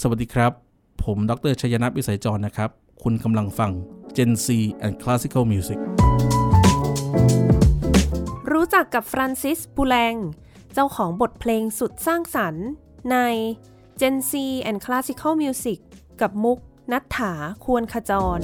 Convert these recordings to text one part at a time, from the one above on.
สวัสดีครับ ผมดรชัยนัทวิสัยจรนะครับ คุณกำลังฟัง Gen C and Classical Music รู้จักกับฟรานซิสบูแลง เจ้าของบทเพลงสุดสร้างสรรค์ใน Gen C and Classical Music กับมุกนัฐถาควรขจร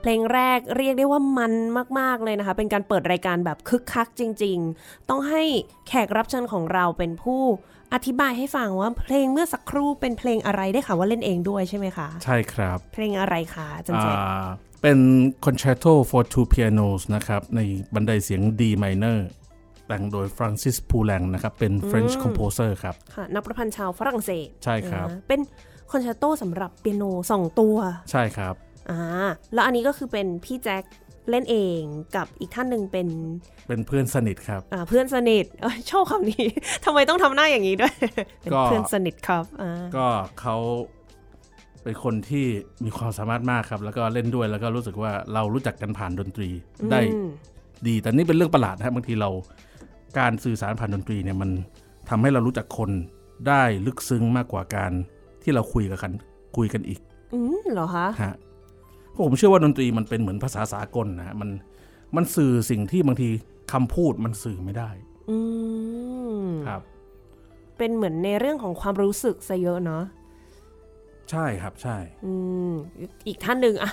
เพลงแรกเรียกได้ว่ามันมาก ๆ เลยนะคะ เป็นการเปิดรายการแบบคึกคักจริง ๆ ต้องให้แขกรับเชิญของเราเป็นผู้อธิบายให้ฟังว่าเพลงเมื่อสักครู่เป็นเพลงอะไรได้ค่ะว่าเล่นเองด้วยใช่ไหมคะ ใช่ครับ เพลงอะไรคะอาจัน อ่ แจค าเป็น Concerto for Two Pianos นะครับ ในบันไดเสียง D minor แต่งโดยฟรานซิสพูแลงนะครับ เป็น French composer ครับ ค่ะ นักประพันธ์ชาวฝรั่งเศส ใช่ครับ อ่าเป็นคอนแชร์โตสำหรับเปียโนสองตัว ใช่ครับ อ่าแล้วอันนี้ก็คือเป็นพี่แจ็คเล่นเองกับอีกท่านหนึ่งเป็น เป็นเพื่อนสนิทครับ อ่าเพื่อนสนิท เอ้ยชอบคำนี้ ทำไมต้องทำหน้าอย่างนี้ด้วย เป็น ก็ เพื่อนสนิทครับอ่า ก็เขาเป็นคนที่มีความสามารถมากครับ แล้วก็เล่นด้วยแล้วก็รู้สึกว่าเรารู้จักกันผ่านดนตรีได้ดี แต่นี่เป็นเรื่องประหลาดนะครับบางทีเราการสื่อสารผ่านดนตรีเนี่ยมันทำให้เรารู้จักคนได้ลึกซึ้งมากกว่าการที่เราคุยกับกันคุยกันอีก อืมเหรอคะ ฮะเพราะผมเชื่อว่าดนตรีมันเป็นเหมือนภาษาสากลนะฮะมันมันสื่อสิ่งที่บางทีคำพูดมันสื่อไม่ได้ อืม ครับ เป็นเหมือนในเรื่องของความรู้สึกซะเยอะเนาะ ใช่ครับใช่ อืม อีกท่านหนึ่งอะ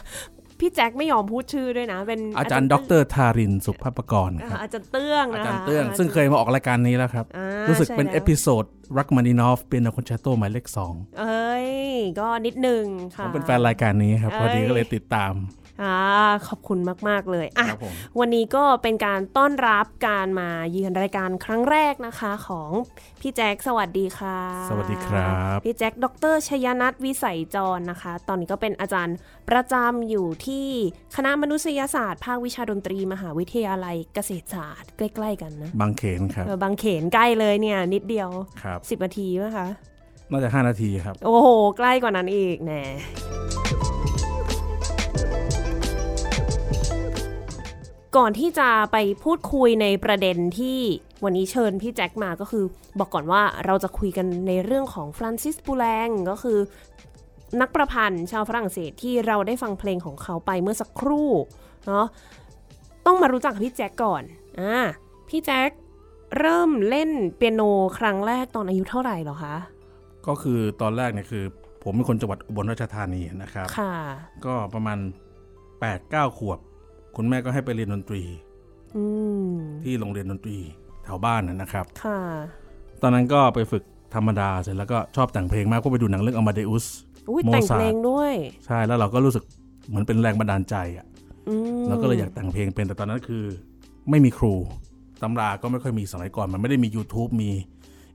พี่แจ็คไม่ยอมพูดชื่อด้วยนะ เป็น อาจารย์ดรทารินสุภาพกร อ่า ครับ อาจารย์เตื้อง อา นะคะ จารย์เตื้อง ซึ่งเคยมาออกรายการนี้แล้วครับ อ่า รู้สึก ใช่ เป็น แล้ว เอพิโซดรักมานินอฟเป็นคอนแชตโตหมายเลขสอง เอ้ย ก็นิดนึง ผ ค่ะ มเป็นแฟนรายการนี้ครับ เอ้ย พอดีก็เลยติดตาม อ่าขอบคุณมาก ๆ เลยอ่ะ ครับผม วันนี้ก็เป็นการต้อนรับการมาเยือนรายการครั้งแรกนะคะของพี่แจ็คสวัสดีค่ะ สวัสดีครับ พี่แจ็คดรชยนัทวิสัยจรนะคะ ตอนนี้ก็เป็นอาจารย์ประจำอยู่ที่คณะมนุษยศาสตร์ ภาควิชาดนตรี มหาวิทยาลัยเกษตรศาสตร์ ใกล้ ๆ กันนะ บางเขนครับ เออบางเขนใกล้เลยเนี่ย นิดเดียว ครับ 10นาทีนะคะ น่าจะ 5 นาทีครับ โอ้โห ใกล้กว่านั้นอีกแน่ก่อนที่จะไปพูดคุยในประเด็นที่วันนี้เชิญพี่แจ็คมาก็คือ บอกก่อนว่าเราจะคุยกันในเรื่องของฟรานซิสปูแลงก็คือ นักประพันธ์ชาวฝรั่งเศสที่เราได้ฟังเพลงของเขาไปเมื่อสักครู่เนาะต้องมารู้จักกับพี่แจ็คก่อนอ่าพี่แจ็ค เริ่มเล่นเปียโนครั้งแรกตอนอายุเท่าไหร่เหรอคะ ก็คือตอนแรกเนี่ยคือ ผมเป็นคนจังหวัดอุบลราชธานีนะครับ ค่ะ ก็ประมาณ 8 9 ขวบ คุณแม่ก็ให้ไปเรียนดนตรี อืม ที่โรงเรียนดนตรีแถวบ้านนะนะครับ ค่ะ ตอนนั้นก็ไปฝึกธรรมดาเสร็จแล้วก็ชอบแต่งเพลงมากก็ไปดูหนังเรื่องอมาเดอุส อุ้ย โม แต่ง ซาร์ท เพลงด้วย ใช่แล้วเราก็รู้สึกเหมือนเป็นแรงบันดาลใจอะ อืม เราก็เลยอยากแต่งเพลงเป็นแต่ตอนนั้นคือ ไม่มีครูตำราก็ไม่ค่อยมีสมัยก่อน มันไม่ได้มี YouTube มี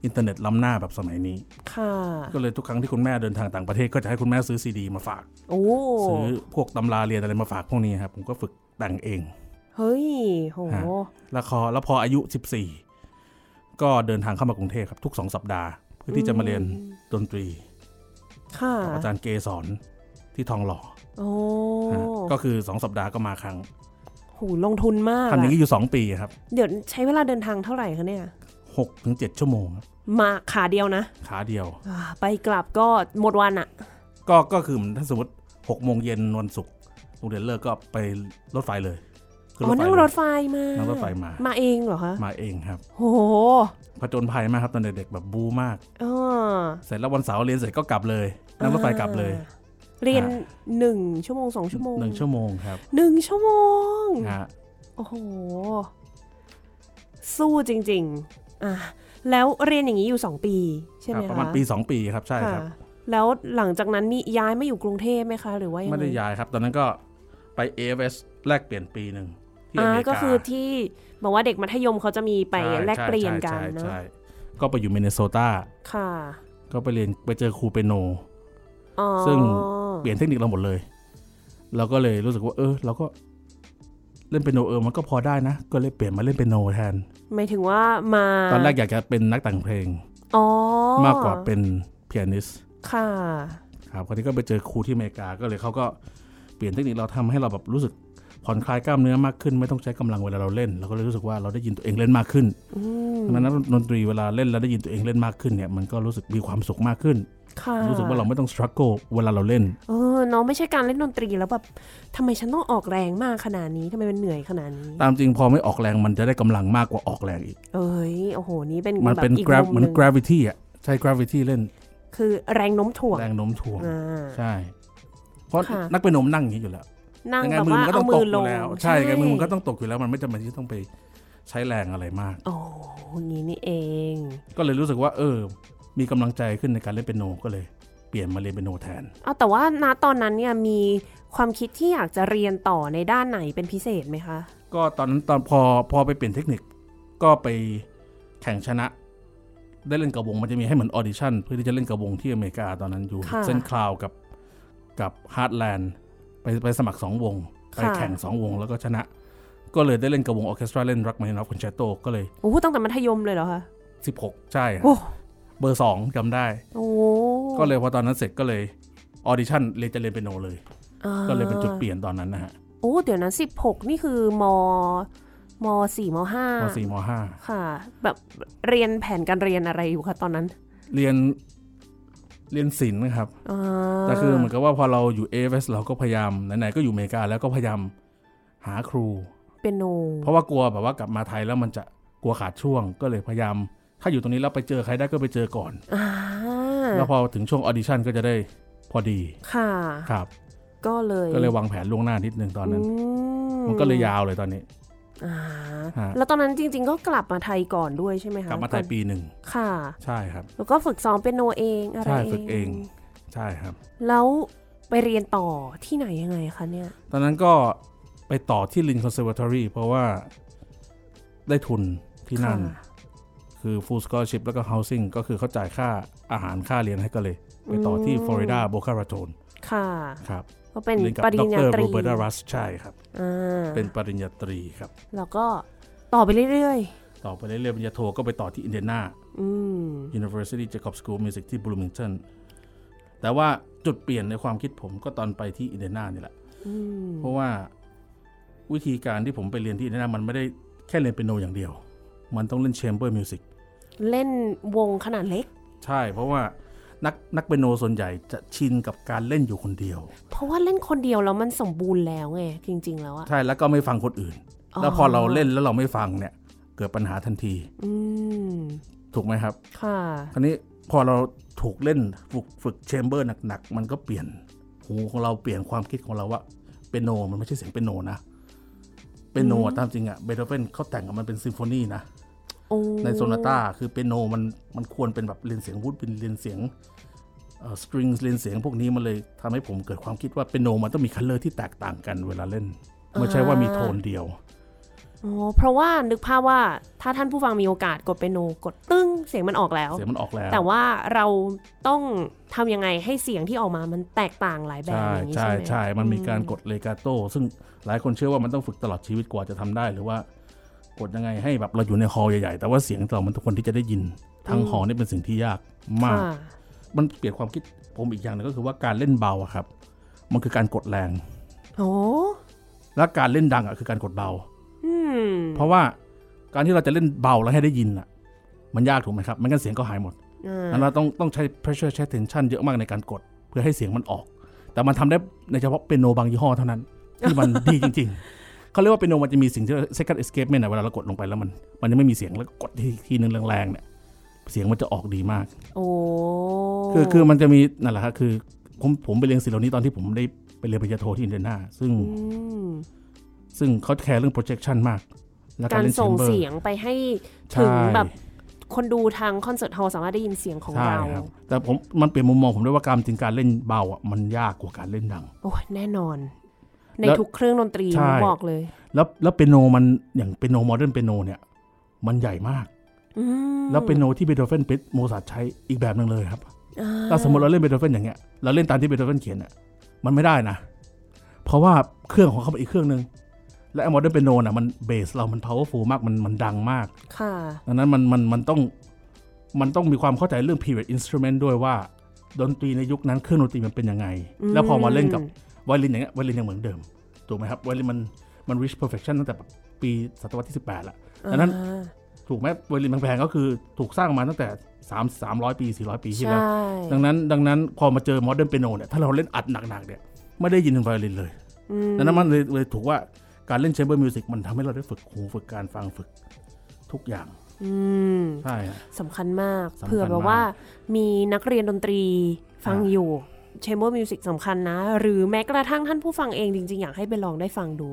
อินเทอร์เน็ตล้ำหน้าแบบสมัยนี้ ค่ะ ก็เลยทุกครั้งที่คุณแม่เดินทางต่างประเทศก็จะให้คุณแม่ซื้อซีดีมาฝาก โอ้ ซื้อพวกตำราเรียนอะไรมาฝากพวกนี้ครับผมก็ฝึกแต่งเอง เฮ้ย โห ฮะ แล้วคอแล้วพออายุ 14 ก็เดินทางเข้ามากรุงเทพครับทุกสองสัปดาห์ เพื่อที่จะมาเรียนดนตรี ค่ะ กับอาจารย์เกสอนที่ทองหล่อ โอ้ ฮะก็คือ 2 สัปดาห์ก็มาครั้ง โหลงทุนมาก ทำอย่าง อะ นี้อยู่ 2 ปีครับ เดี๋ยวใช้เวลาเดินทางเท่าไหร่คะเนี่ย 6ถึง7ชั่วโมงครับ มาขาเดียวนะ ขาเดียว อ่าไปกลับก็หมดวันอะ ก็ก็คือถ้าสมมติ6โมงเย็นวันศุกร์โรงเรียนเลิกก็ไปรถไฟเลยขึ้ อ๋อ ไฟ นั่ง เลย รถไฟมา นั่ นั่ งรถไฟมา มาเองเหรอคะ มาเองครับ โห ผจญภัยมากครับตอนเด็กๆแบบบูมาก เออ เสร็จแล้ววันเสาร์เรียนเสร็จก็กลับเลยนั่งรถไฟกลับเลย เรียนหนึ่งชั่วโมงสองชั่วโมง หนึ่งชั่วโมงครับ หนึ่งชั่วโมง ฮะ โอ้โห สู้จริง ๆ อ่ะ แล้วเรียนอย่างนี้อยู่ 2 ปี ใช่ไหม ครับปคะระมาณปี 2 ปีครับใช่ ค่ะ ครับ แล้วหลังจากนั้นนี่ย้ายมาอยู่กรุงเทพไหมคะ หรือว่ายังง ไม่ได้ย้ายครับ ตอนนั้นก็ไปเอฟเอสแลกเปลี่ยนปีหนึ่งที่อ อ่า เมริกา ก็คือที่บอกว่าเด็กมัธยมเขาจะมีไป ใช่ แลกเปลี่ยนกัน ใช่ใช่ นะ ใช่ก็ไปอยู่มินเนโซตา ค่ะ ก็ไปเรียนไปเจอครูเปยโน อ๋อ ซึ่ง เปลี่ยนเทคนิคเราหมดเลย เราก็เลยรู้สึกว่า เออ เราก็เล่นเปยโนเออมันก็พอได้นะ ก็เลยเปลี่ยนมาเล่นเปยโนแทน หมายถึงว่ามา ตอนแรกอยากจะเป็นนักแต่งเพลง อ๋อ มากกว่าเป็นเปียนิส ค่ะ ครับคราวนี้ก็ไปเจอครูที่อเมริกาก็เลยเขาก็เปลี่ยนเทคนิคเราทำให้เราแบบรู้สึกผ่อนคลายกล้ามเนื้อมากขึ้น ไม่ต้องใช้กำลังเวลาเราเล่นเราก็เลยรู้สึกว่าเราได้ยินตัวเองเล่นมากขึ้น อืม ดังนั้นดนตรีเวลาเล่นแล้วได้ยินตัวเองเล่นมากขึ้นเนี่ยมันก็รู้สึกมีความสุขมากขึ้น ค่ะ รู้สึกว่าเราไม่ต้องสครัลโกเวลาเราเล่น เออเน้องไม่ใช่การเล่นดนตรีแล้วแบบทำไมฉันต้องออกแรงมากขนาดนี้ทำไมมันเหนื่อยขนาดนี้ ตามจริงพอไม่ออกแรงมันจะได้กำลังมากกว่าออกแรงอีก เอ้ย โอ้โห นี่เป็น มัน แบบ เป็น อีก กราฟ มุม เหมื ห อน นึ่ง กราฟิตี้อ่ะใช้กราฟิตี้เล่น คือแรงโน้มถ่วง แรงโน้มถ่วง อ่า ใช่ เพราะ ค่ะ นักเปียโนมันนั่งอย่างนี้อยู่แล้ว นั่ง ยังไง แบบ มือมันว่าก็ต้อเอาง มื ต อก อ ล ยู่ ง แล้ว ใช่ยังไงมือมันก็ต้องตกอยู่แล้ว มันไม่จำเป็นที่ต้องไปใช้แรงอะไรมาก โอ้โหอย่างนี้นี่เอง ก็เลยรู้สึกว่าเออ มีกำลังใจขึ้นในการเล่นเปียโนก็เลยเปลี่ยนมาเล่นเปียโนแทน เอาแต่ว่าณตอนนั้นเนี่ยมีความคิดที่อยากจะเรียนต่อในด้านไหนเป็นพิเศษไหมคะ ก็ตอนนั้นตอนพอพอไปเปลี่ยนเทคนิค ก็ไปแข่งชนะ ได้เล่นกับวงมันจะมีให้เหมือนออดิชั่นเพื่อที่จะเล่นกับวงที่อเมริกาตอนนั้นอยู่ ค่ะ เส้นคลาวกับกับฮาร์ดแลนด์ไปไปสมัครสองวง ไปแข่งสองวงแล้วก็ชนะ ก็เลยได้เล่นกับวงออร์เคสตราเล่นรักมานินอฟคอนแชตโตก็เลย โอ้โหตั้งแต่มัธยมเลยเหรอคะ 16 ใช่ฮะ โอ้ เบอร์สองจำได้ โอ้โห ก็เลยพอตอนนั้นเสร็จก็เลยออดิชั่นเลยจะเรียนเปียโนเลย อ่า ก็เลยเป็นจุดเปลี่ยนตอนนั้นนะฮะ โอ้เดี๋ยวนะสิบหกนี่คือมมสี่มห้าม สี่มห้า ค่ะ แบบเรียนแผนการเรียนอะไรอยู่คะตอนนั้น เรียนเรียนศิลป์นะครับ อ่า แต่คือเหมือนกับว่าพอเราอยู่เอฟเเราก็พยายามไหนๆก็อยู่อเมริกาแล้วก็พยายามหาครู เป็นโน เพราะว่ากลัวแบบว่ากลับมาไทยแล้วมันจะกลัวขาดช่วง ก็เลยพยายาม ถ้าอยู่ตรงนี้แล้วไปเจอใครได้ก็ไปเจอก่อน อ่า แล้วพอถึงช่วงออดิชั่นก็จะได้พอดี ค่ะ ครับ ก็เลย ก็เลยวางแผนล่วงหน้านิดนึงตอนนั้น อื มันก็เลยยาวเลยตอนนี้ อ่า ฮะ แล้วตอนนั้นจริง ๆ ก็กลับมาไทยก่อนด้วยใช่ไหมคะ กลับมาไทยปีหนึ่ง ค่ะ ใช่ครับ แล้วก็ฝึกซ้อมเป็นโนเองอะไร ใช่ฝึกเอง ใช่ครับ แล้วไปเรียนต่อที่ไหนยังไงคะเนี่ย ตอนนั้นก็ไปต่อที่ลินคอนเซอร์ว t o รีเพราะว่าได้ทุนที่นั่น ค่ะ คือ full scholarship แล้วก็ housing ก็คือเขาจ่ายค่าอาหารค่าเรียนให้ก็เลย ไปต่อที่ฟลอริดาโบคารา o จน ค่ะ ครับ ก็เป็น เรียนกับ ปริ ด ญญารต โร รี เบิร์ตรัสใช่ครับ อ่า เป็นปริญญาตรีครับ แล้วก็ต่อไปเรื่อย ต่อไปเรื่อยๆปริญญาโทก็ไปต่อที่อินเดียนา ๆ อืม University Jacob School of Music ที่ Bloomington แต่ว่าจุดเปลี่ยนในความคิดผมก็ตอนไปที่อินเดียนานี่แหละ อืม เพราะว่าวิธีการที่ผมไปเรียนที่อินเดียนามันไม่ได้แค่เรียนเปียโนอย่างเดียว มันต้องเล่น chamber music เล่นวงขนาดเล็ก ใช่ เพราะว่านักนักเปียโนส่วนใหญ่จะชินกับการเล่นอยู่คนเดียว เพราะว่าเล่นคนเดียวแล้วมันสมบูรณ์แล้วไงจริง ๆ แล้วอะ ใช่แล้วก็ไม่ฟังคนอื่น อ๋อ แล้วพอเราเล่นแล้วเราไม่ฟังเนี่ย เกิดปัญหาทันที อืม ถูกไหมครับ ค่ะ คราวนี้พอเราถูกเล่นฝึกฝึกแชมเบอร์หนักๆ มันก็เปลี่ยนหูของเราเปลี่ยนความคิดของเราว่าเปียโนมันไม่ใช่เสียงเปียโนนะเปียโนอะตามจริงอะเบโธเฟนเขาแต่งกับมันเป็นซิมโฟนีนะ โอ้ ในโซนาต้าคือเปียโนมันมันควรเป็นแบบเรียนเสียงวูดเป็นเรียนเสียงสตริงเรียนเสียงพวกนี้มันเลยทำให้ผมเกิดความคิดว่าเปียโนมันต้องมีคัลเลอร์ที่แตกต่างกันเวลาเล่นไม่ใช่ว่ามีโทนเดียว อ๋อเพราะว่านึกภาพว่าถ้าท่านผู้ฟังมีโอกาสกดเปียโนกดตึ้งเสียงมันออกแล้ว เสียงมันออกแล้ว แต่ว่าเราต้องทำยังไงให้เสียงที่ออกมามันแตกต่างหลายแบบ ใช่ อย่างนี้ ใช่ ใช่ไหม ใช่มันมีการกดเลกาโต้ซึ่งหลายคนเชื่อว่ามันต้องฝึกตลอดชีวิตกว่าจะทำได้ หรือว่ากดยังไงให้แบบเราอยู่ในฮอลล์ใหญ่ๆ แต่ว่าเสียงเรามันทุกคนที่จะได้ยิน ทั้งฮอลล์นี่เป็นสิ่งที่ยากมาก ค่ะ มันเปลี่ยนความคิดผมอีกอย่างหนึงก็คือว่าการเล่นเบาอะครับ มันคือการกดแรง โอ้ และการเล่นดังอะคือการกดเบา อืม เพราะว่าการที่เราจะเล่นเบาแล้วให้ได้ยินอะมันยากถูกไหมครับไม่งั้นเสียงก็หายหมด อ่า อันนั้นเราต้องต้องใช้ pressure ใช้ tension เยอะมากในการกด เพื่อให้เสียงมันออก แต่มันทำได้ในเฉพาะเปียโนบางยี่ห้อเท่านั้น ที่มัน ดีจริง ๆ เขาเรียกว่าเปียโนมันจะมีสิ่งที่เรียกว่า second escapement นะเวลาเรากดลงไปแล้วมันมันยังไม่มีเสียงแล้วกดทีทีนึงแรงๆเนี่ยเสียงมันจะออกดีมาก โอ้ คือคือมันจะมีนั่นแหละครับคือผมผมไปเรียนสิ่งเหล่านี้ตอนที่ผมได้ไปเรียนปริญญาโทที่อินเดียนาซึ่ง ม ซึ่งเขาแคร์เรื่อง projection มากและ การ เล่น ส่ง chamber เสียงไปให้ ใช่ ถึงแบบคนดูทางคอนเสิร์ตฮอลล์สามารถได้ยินเสียงของ ใช่ เรา ครับแต่ผมมันเปลี่ยนมุมมองผมด้วยว่าการจริงการเล่นเบาอ่ะมันยากกว่าการเล่นดัง โอ้ยแน่นอน ใน แล้ว ทุกเครื่องดนตรี ใช่ บอกเลย แล้วแล้วเปียโนมันอย่างเปียโนโมเดิร์นเปียโนเนี่ยมันใหญ่มาก อืม แล้วเปียโนที่เบโธเฟนเป็นโมซาร์ทใช้อีกแบบหนึ่งเลยครับ อ่า ถ้าสมมติเราเล่นเบโธเฟนอย่างเงี้ยเราเล่นตามที่เบโธเฟนเขียนอ่ะมันไม่ได้นะ เพราะว่าเครื่องของเขาเป็นอีกเครื่องหนึ่งและโมเดิร์นเปียโนน่ะมันเบสเรามัน powerful มากมันมันดังมาก ค่ะ ดังนั้นมันมันมันต้องมันต้องมีความเข้าใจเรื่อง period instrument ด้วยว่าดนตรีในยุคนั้นเครื่องดนตรีมันเป็นยังไง แล้วพอมาเล่นกับ ไวโอลินอย่างเงี้ยไวโอลินยังเหมือนเดิม ถูกไหมครับไวโอลินมันมัน reach perfection ตั้งแต่แบบปีศตวรรษที่ 18 ละดังนั้น อ่า ถูกไหมไวโอลินแพงๆก็คือถูกสร้างมาตั้งแต่ 3 300 ปี 400 ปีที่ ใช่ แล้ว ดังนั้นดังนั้นพอมาเจอ modern piano เนี่ยถ้าเราเล่นอัดหนักๆเนี่ยไม่ได้ยินถึงไวโอลินเลย อืม ดังนั้นมันเลยเลยถูกว่าการเล่น chamber music มันทำให้เราได้ฝึกหูฝึกการฟังฝึกทุกอย่าง อืม ใช่ฮะ สำคัญมาก สำคัญมาก เผื่อแบบว่ามีนักเรียนดนตรีฟังอยู่เชมเบอร์มิวสิกสำคัญนะ หรือแม้กระทั่งท่านผู้ฟังเองจริงๆ อยากให้ไปลองได้ฟังดู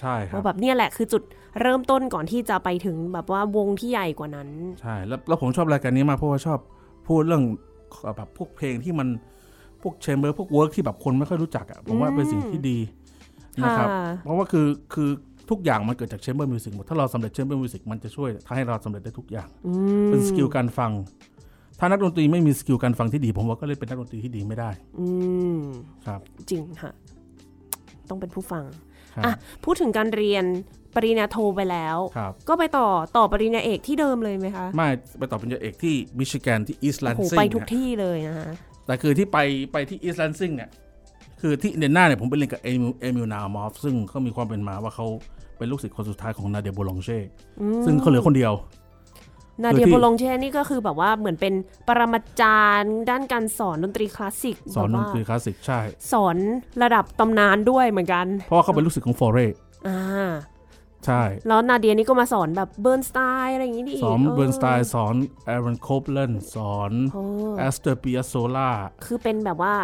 ใช่ครับ ว่าแบบเนี่ยแหละคือจุดเริ่มต้นก่อนที่จะไปถึงแบบว่าวงที่ใหญ่กว่านั้น ใช่แล้วแล้วผมชอบรายการนี้มากเพราะว่าชอบพูดเรื่องเอ่อแบบพวกเพลงที่มันพวกแชมเบอร์พวกเวิร์กที่แบบคนไม่ค่อยรู้จักอะ่ะผมว่าเป็นสิ่งที่ดีนะครับ ค่ะ เพราะว่าคือคือทุกอย่างมันเกิดจากแชมเบอร์มิวสิกหมดถ้าเราสำเร็จแชมเบอร์มิวสิกมันจะช่วยทำให้เราสำเร็จได้ทุกอย่าง อืม เป็นสกิลการฟัง ถ้านักดนตรีไม่มีสกิลการฟังที่ดี ผมว่าก็เลยเป็นนักดนตรีที่ดีไม่ได้ อืม ครับ จริงค่ะ ต้องเป็นผู้ฟัง ครับ อ่ะ พูดถึงการเรียนปริญญาโทไปแล้ว ครับ ก็ไปต่อต่อปริญญาเอกที่เดิมเลยไหมคะ ไม่ไปต่อเป็นเอกที่มิชิแกนที่อีสต์แลน โห ซิง ไปทุกที่เลยนะคะ แต่คือที่ไปไปที่อีสแลนซิงเนี่ยคือที่เดนหน้าเนี่ยผมไปเรียนกับเอมิเอมิลนามอฟซึ่งเขามีความเป็นมาว่าเขาเป็นลูกศิษย์คนสุดท้ายของนาเดียโบลองเช่ซึ่งเขาเหลือคนเดียว นาคือเดียที่ โบลองเช่นี่ก็คือแบบว่าเหมือนเป็นปรมาจารย์ ด้านการสอนดนตรีคลาสสิก สอนด แบนบว่า ตรีคลาสสิกใช่ สอนระดับตำนานด้วยเหมือนกัน เพราะว่าเขาเป็นลูกศิษย์ของฟอเร อ่า ใช่ แล้วนาเดียนี่ก็มาสอนแบบเบิร์นสไตล์อะไรอย่างนี้ดีก สอน เ เบิร์นสไตน์สอนแอรอนโคปเลนสอน โอ้ แอสเตอร์ปิอาโซลา คือเป็นแบบว่า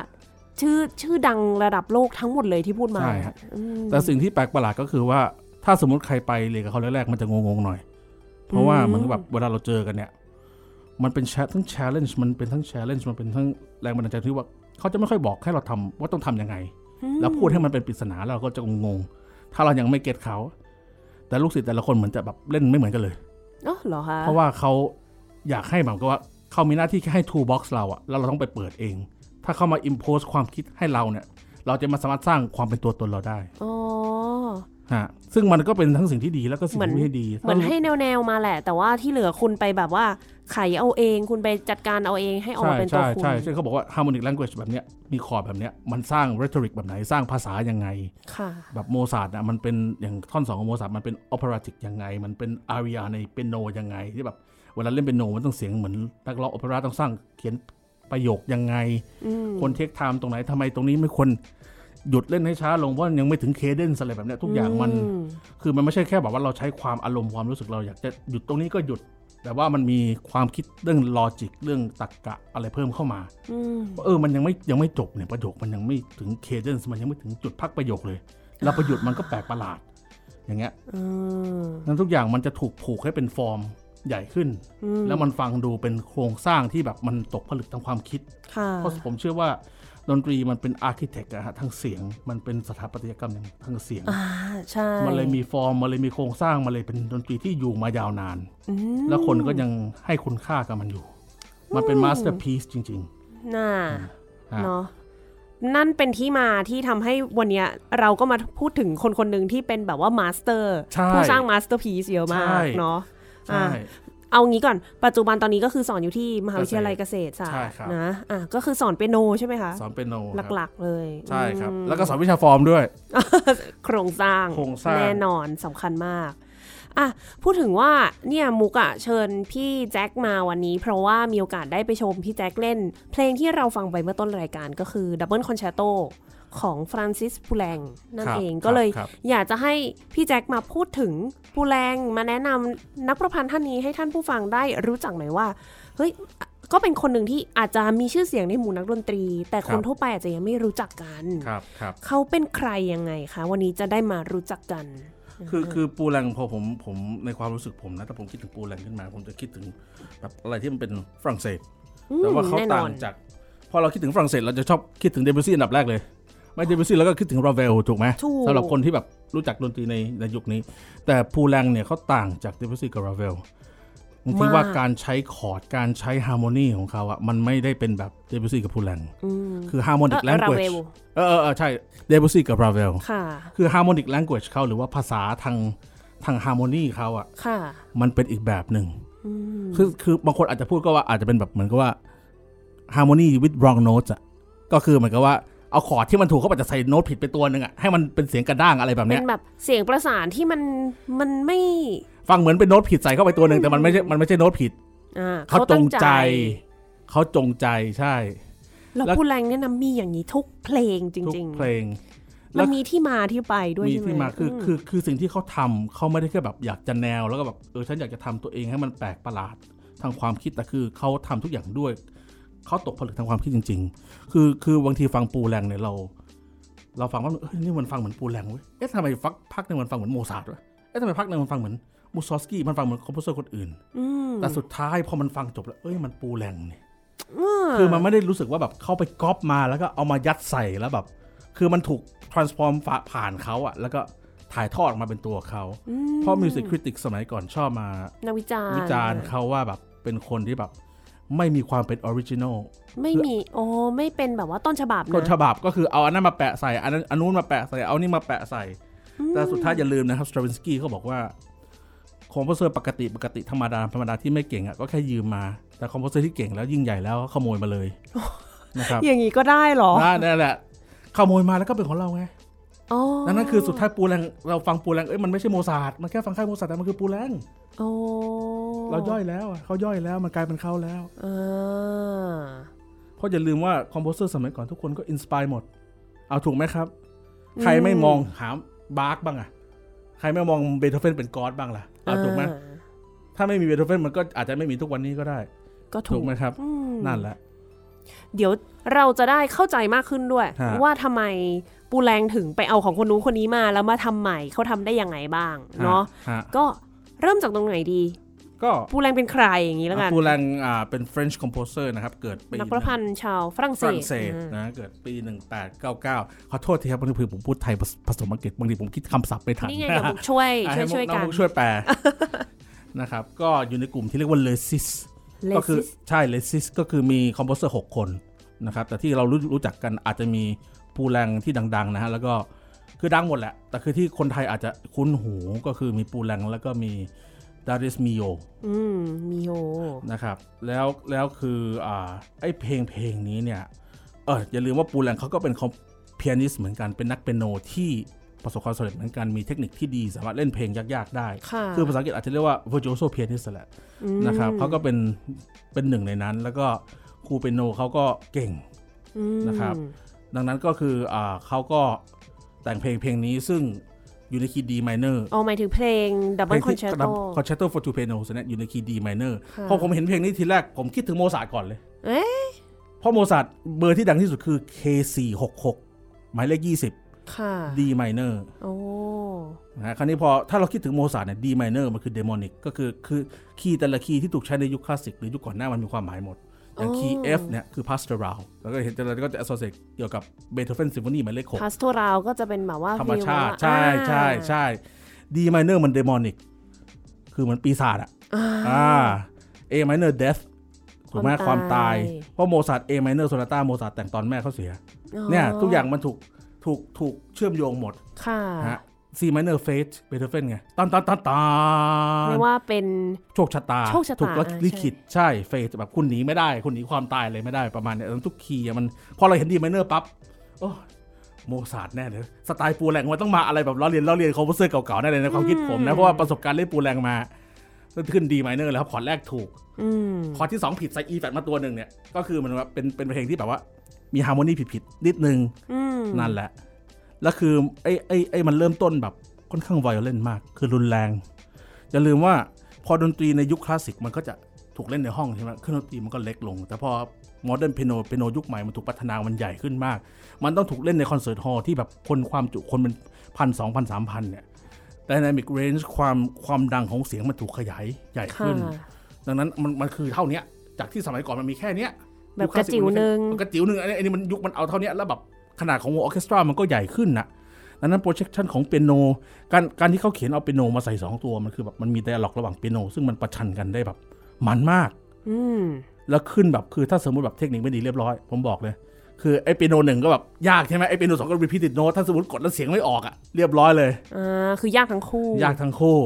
ชื่อชื่อดังระดับโลกทั้งหมดเลยที่พูดมา ใช่ฮะ อืม แต่สิ่งที่แปลกประหลาดก็คือว่าถ้าสมมติใครไปเรียนกับเขาแรกๆมันจะงงๆหน่อย เพราะว่าเหมือนกับแบบเวลาเราเจอกันเนี่ย มันเป็นแชททั้ง challenge มันเป็นทั้ง challenge มันเป็นทั้งแรงบันดาลใจที่ว่าเขาจะไม่ค่อยบอกให้เราทำว่าต้องทำยังไง แล้วพูดให้มันเป็นปริศนาแล้วเราก็จะงงๆถ้าเรายังไม่เก็ตเขา แต่ลูกศิษย์แต่ละคนเหมือนจะแบบเล่นไม่เหมือนกันเลย เนาะเหรอคะ เพราะว่าเขาอยากให้แบบก็ว่าเขามีหน้าที่แค่ให้ toolbox เราอะแล้วเราต้องไปเปิดเอง ถ้าเขามา impose ความคิดให้เราเนี่ย เราจะมาสามารถสร้างความเป็นตัวตนเราได้ อ๋อ ฮะซึ่งมันก็เป็นทั้งสิ่งที่ดีแล้วก็สิ่งที่ไม่ดี เหมือนให้แนวแนวๆมาแหละ แต่ว่าที่เหลือคุณไปแบบว่าไขเอาเองคุณไปจัดการเอาเองให้ออก ใช่ มาเป็นตัว ใช่ คุณ ใช่เช่นเขาบอกว่า harmonic language แบบเนี้ยมีคอร์ดแบบเนี้ยมันสร้าง rhetoric แบบไหนสร้างภาษายังไง ค่ะ แบบโมซาร์ทอ่ะมันเป็นอย่างท่อนสองของโมซาร์ทมันเป็นออเปราติกยังไง มันเป็นอารียในเปียโนยังไง ที่แบบเวลาเล่นเปียโนมันต้องเสียงเหมือนนักร้องโอเปร่าต้องสร้างเขียนประโยคยังไง คนเทคไทม์ตรงไหนทำไมตรงนี้ไม่ควร หยุดเล่นให้ช้าลงเพราะมันยังไม่ถึงเคเดนอะไรแบบเนี้ยทุกอย่างมัน ม คือมันไม่ใช่แค่แบบว่าเราใช้ความอารมณ์ความรู้สึกเราอยากจะหยุดตรงนี้ก็หยุด แต่ว่ามันมีความคิดเรื่องลอจิกเรื่องตรรกะอะไรเพิ่มเข้ามา อืม ว่าเออมันยังไม่ยังไม่จบเนี่ยประโยคมันยังไม่ถึงเคเดนมันยังไม่ถึงจุดพักประโยคเลย แล้วประโยคมันก็แปลกประหลาด อย่างเงี้ย เออ นั้นทุกอย่างมันจะถูกผูกให้เป็นฟอร์มใหญ่ขึ้น อืม แล้วมันฟังดูเป็นโครงสร้างที่แบบมันตกผลึกทางความคิด ค่ะ เพราะผมเชื่อว่าดนตรีมันเป็นอาร์เคเต็กอะฮะทางเสียงมันเป็นสถาปัตยกรรมอย่างทางเสียง อ่าใช่ มันเลยมีฟอร์ม มันเลยมีโครงสร้าง มันเลยเป็นดนตรีที่อยู่มายาวนาน อืม แล้วคนก็ยังให้คุณค่ากับมันอยู่ มันเป็นมาสเตอร์พ c e จริง น่า ๆฮะ เนาะนั่นเป็นที่มาที่ทำให้วันเนี้ยเราก็มาพูดถึงคนคนหนึ่งที่เป็นแบบว่ามาสเตอร์ ใช่ ผู้สร้างมาสเตอร์พีซเยอะมา ใช่ กเนาะอ่ะ ใช่ เอางี้ก่อนปัจจุบันตอนนี้ก็คือสอนอยู่ที่มหาวิทยาลัยเกษตรศาสต ใช่ ร์ ครับ นะอ่ะก็คือสอนเปียโนใช่ไหมคะ สอนเป็นโนครับ หลักๆเลย ใช่ครับ อืม แล้วก็สอนวิชาฟอร์มด้วย โครงสร้าง โครงสร้าง แน่นอนสำคัญมากอ่ะพูดถึงว่าเนี่ยมุกอะเชิญพี่แจ็คมาวันนี้ เพราะว่ามีโอกาสได้ไปชมพี่แจ็คเล่น เพลงที่เราฟังไปเมื่อต้นรายการก็คือดับเบิลคอนแช r t โตของฟรานซิสปูแลงนั่น ครับ เอง ครับ ก็เลย ครับ อยากจะให้พี่แจ็คมาพูดถึงปูแลงมาแนะนำนักประพันธ์ท่านนี้ให้ท่านผู้ฟังได้รู้จักหน่อยว่าเฮ้ยก็เป็นคนหนึ่งที่อาจจะมีชื่อเสียงในหมู่นักดนตรี แต่คน ครับ ทั่วไปอาจจะยังไม่รู้จักกัน ครับครับ เขาเป็นใครยังไงคะ วันนี้จะได้มารู้จักกัน คือคือปูแรงพอผมผมในความรู้สึกผมนะแต่ผมคิดถึงปูแรงขึ้นมา ผมจะคิดถึงแบบอะไรที่มันเป็นฝรั่งเศส อืม แต่ว่าเขา แน่น ต่า อน งจาก พอเราคิดถึงฝรั่งเศสเราจะชอบคิดถึงเดบิวซี่อันดับแรกเลย ไม่เดบิวซี่แล้วก็คิดถึงราเวลถูกไหม ถูก สำหรับคนที่แบบรู้จักดนตรีในในยุคนี้ แต่ปูแรงเนี่ยเขาต่างจากเดบิวซี่กับราเวลบางทีว่าการใช้คอร์ดการใช้ฮาร์โมนีของเขาอะมันไม่ได้เป็นแบบเดบิวซี่กับปูแรง อืม คือฮาร์โมนิกแลง รา เกจ เวล เออเออเออใช่เดบิวซี่กับราเวล ค่ะ คือฮาร์โมนิกแลงเกจเขาหรือว่าภาษาทางทางฮาร์โมนีเขาอะ ค่ะ มันเป็นอีกแบบหนึ่ง คือ คือบางคนอาจจะพูดก็ว่าอาจจะเป็นแบบเหมือนกับว่า harmony with wrong notes อะก็คือเหมือนกับว่าเอาคอร์ดที่มันถูกเขาอาจจะใส่โน้ตผิดไปตัวหนึ่งอะให้มันเป็นเสียงกระด้างอะไรแบบ เป็ เนี้ย นแบบเสียงประสานที่มันมันไม่ ฟังเหมือนเป็นโน้ตผิดใส่เข้าไปตัวหนึ่งแต่มันไม่ใช่ มันไม่ใช่โน้ตผิด อ่า เขาจงใจ เขาจงใจใช่ แล้ว แล้ว พูดแรงเนี่ยนะมีอย่างนี้ทุกเพลงจ ทุก ริง เพลง ๆ แล้ มัน ว มีที่มาที่ไปด้วย มี ใช่ไหม ที่มาคือ ม คือคือสิ่งที่เขาทำเขาไม่ได้แค่แบบอยากจะแนวแล้วก็แบบเออฉันอยากจะทำตัวเองให้มันแปลกประหลาดทางความคิดแต่คือเขาทำทุกอย่างด้วยเขาตกผลึกทางความคิดจริง ๆ คือคือบางทีฟังปูแรงเนี่ยเรา เราฟังว่าเอ้ยนี่มันฟังเหมือนปูแรงเว้ยเอ๊ะทำไมฟักพักหนึ่งมันฟังเหมือนโมซาร์ทวะเอ๊ะทำไมพักหนึ่งมันฟังเหมือนมูซอสกี้มันฟังเหมือนคอมโพเซอร์คนอื่น ม แต่สุดท้ายพอมันฟังจบแล้วเอ้ยมันปูแรงเนี่ย า คือมันไม่ได้รู้สึกว่าแบบเข้าไปก๊อปมาแล้วก็เอามายัดใส่แล้วแบบ คือมันถูก transform ฝาผ่านเขาอะแล้วก็ถ่ายทอดออกมาเป็นตัวเขาเพราะมิวสิกคริติกสมัยก่อนชอบมา นักวิจารณ์ วิจารณ์เขาว่าแบบเป็นคนที่แบบ ไม่มีความเป็นออริจินอล ไม่มีโอ้ไม่เป็นแบบว่าต้นฉบับ ต้น นะ ฉบับก็คือเอาอันนั้นมาแปะใส่อันนั้นอันนู้นมาแปะใส่เอานี่มาแปะใส่ แต่สุดท้ายอย่าลืมนะครับสตราวินสกี้เขาบอกว่าคอมโพเซอร์ปกติปกติธรรมดาธรรมดาที่ไม่เก่งอะก็แค่ยืมมาแต่คอมโพเซอร์ที่เก่งแล้วยิ่งใหญ่แล้วก็ขโมยมาเลยนะครับ อย่างนี้ก็ได้เหรอ นั่นนั่นแหละขโมยมาแล้วก็เป็นของเราไง อ๋อ นั่นนั่นคือสุดท้ายปูแรงเราฟังปูแรงเอ้ยมันไม่ใช่โมซาร์ทมันแค่ฟังค่ายโมซาร์ทแต่มันคือปูแรง โอ้ เราย่อยแล้วอะเขาย่อยแล้วมันกลายเป็นเขาแล้ว อ่า เพราะอย่าลืมว่าคอมโพเซอร์สมัยก่อนทุกคนก็อินสปายหมด เอาถูกไหมครับ ใครไม่มองหาบาร์กบ้างอะใครไม่มองเบโธเฟนเป็นก๊อดบ้างล่ะเอาถูกไหม อ่า ถ้าไม่มีเบโธเฟนมันก็อาจจะไม่มีทุกวันนี้ก็ได้ ก็ถู ถู ก กไหมครับ อืม นั่นแหละ เดี๋ยวเราจะได้เข้าใจมากขึ้นด้วย ฮะ ว่าทำไมปูแรงถึงไปเอาของคนนู้นคนนี้มาแล้วมาทำใหม่เขาทำได้ยังไงบ้าง ะ เนาะ ฮะ ก็เริ่มจากตรงไหนดี ก็ ปูแรงเป็นใครอย่างนี้แล้วกัน ปูแรงอ่าเป็น French composer นะครับเกิดปี นักประพันธ์ชาวฝรั่ง ฝ เศ รั่ง ส เศส อ่า นะเกิดปี 1899 ขอโทษทีครับบางทีผมพูดไทยผสผสมอังกฤษบางทีผมคิดคำศัพท์ไม่ทัน นี่ไงเดี๋ยวบุกช่วย อ่ะ ช่วย ให้ ช่วย น้อง กัน มุช่วยแป ล นะครับ ก็อยู่ในกลุ่มที่เรียกว่าเลซิส เล ก็คือ ซิส ใช่เลซิสก็คือมีคอมโพเซอร์ 6 คนนะครับ แต่ที่เรารู้รู้จักกันอาจจะมีปูแรงที่ดัง ๆ นะฮะ แล้วก็คือดังหมดแหละ แต่คือที่คนไทยอาจจะคุ้นหูก็คือมีปูแรงแล้วก็มีดาริสมิโย อืมมิโย นะครับแล้วแล้วคืออ่าไอ้เพลงเพลงนี้เนี่ยเอออย่าลืมว่าปูแลงเขาก็เป็นเปียนิสเหมือนกันเป็นนักเปียโนที่ประสบความสำเร็จเหมือนกันมีเทคนิคที่ดีสามารถเล่นเพลงยาก ๆ ได้ ค่ะ คือภาษาอังกฤษอาจจะเรียกว่า virtuoso pianist แหละ ม นะครับเขาก็เป็นเป็นหนึ่งในนั้น แล้วก็ครูเปียโนเขาก็เก่ง อืม นะครับ ดังนั้นก็คืออ่าเขาก็แต่งเพลงเพลงนี้ซึ่งอยู่ในคีย์ดีมเนอร์ เอาหมายถึงเพลง เพล Double งที่ Concerto คอนแชตโต for two piano เนี่ยอยู่ในคีย์ดีมเนอร์ ค่ะ พอผมเห็นเพลงนี้ทีแรกผมคิดถึงโมซาร์ทก่อนเลย เอ๊ะ เพราะโมซาร์ทเบอร์ที่ดังที่สุดคือ K466 หมายเลข 20 ค่ะ D minor โอ้ นะฮะคราวนี้พอถ้าเราคิดถึงโมซาร์ทเนี่ย D minor มันคือเดมอนิกก็คือคือคีย์แต่ละคีย์ที่ถูกใช้ในยุคคลาสสิกหรือยุคก่อนหน้ามันมีความหมายหมด อย่างคีย์ F เนี่ยคือ pastoral แล้วก็เห็นแต่เราก็จะ associate เกี่ยวกับเบโธเฟนซิมโฟนีหมายเลขหก พาสทัวราวก็จะเป็นแบบว่า ธรรมชาติ ฟีล ใช่ ว่า ใช่ใช่ดีมเนอร์มันเดมอนิกคือมันปีศาจอะอ่าเอมเนอร์เดธถูกไหมความตาย เพราะโมซาร์ทเอมเนอร์โซนาต้าโมซาร์ทแต่งตอนแม่เขาเสีย เนี่ยทุกอย่างมันถูกถูกถูกเชื่อมโยงหมด ค่ะ นะฮะซีมเนอร์เฟสเบโธเฟนไงตันตันตันตั เรี น ยกว่าเป็น โชคชะตา โชคชะตา ถูก อ่า ลิขิตใช่เฟสแบบคุณหนีไม่ได้ คุณหนีความตายเลยไม่ได้ประมาณเนี้ยทุกคีย์อะมันพอเราเห็นดีมเนอร์ปั๊บโอ้ยโมซาร์ทแน่เลยสไตล์ปูแรงมันต้องมาอะไรแบบล้อเลียนล้อเลียนคอมโพเซอร์เก่าๆแน่เลยในความคิดผม อื นะ ม เพราะว่าประสบการณ์เล่นปูแรงมาก็ขึ้นดีมเนอร์แล้วครับคอร์ดแรกถูก อืม คอร์ดที่สองผิดใส่อีแฟดมาตัวหนึ่งเนี่ยก็คือมันว่าเป็นเป็นเพลงที่แบบว่ามีฮาร์โมนีผิดๆนิดนึง อืม นั่นแหละ แล้วคือไอ้ไอ้ไอ้มันเริ่มต้นแบบค่อนข้างไวโอเลนมาก คือรุนแรง อย่าลืมว่าพอดนตรีในยุคคลาสสิกมันก็จะถูกเล่นในห้องใช่ไหมเครื่องดนตรีมันก็เล็กลง แต่พอโมเดิร์นเปียโนเปียโนยุคใหม่มันถูกพัฒนามันใหญ่ขึ้นมาก มันต้องถูกเล่นในคอนเสิร์ตฮอลล์ที่แบบคนความจุคนเป็นพันสองพันสามพันเนี่ยดินามิกเรนจ์ความความดังของเสียงมันถูกขยายใหญ่ ค่ะ ขึ้น ดังนั้นมันมันคือเท่าเนี้ยจากที่สมัยก่อนมันมีแค่เนี้ย แบบกระจิ๋วหนึ่ง มันกระจิ๋วหนึ่งอันนี้อันนี้มันยุคมันเอาเท่าเนี้ยแล้วแบบขนาดของวงออร์เคสตรามันก็ใหญ่ขึ้นนะดังนั้นโปรเจคชันของเปียโนการการที่เขาเขียนเอาเปียโนมาใส่สองตัวมันคือแบบมันมีไดอะล็อกระหว่างเปียโนซึ่งมันประชันกันได้แบบมันมาก อืม แล้วขึ้นแบบคือถ้าสมมติแบบเทคนิคไม่ดีเรียบร้อย ผมบอกเลย คือไอเปียโนหนึ่งก็แบบยากใช่ไหมไอเปียโนสองก็รีพีติดโน้ตถ้าสมมติกดแล้วเสียงไม่ออกอะเรียบร้อยเลย อ่าคือยากทั้งคู่ ยากทั้งคู่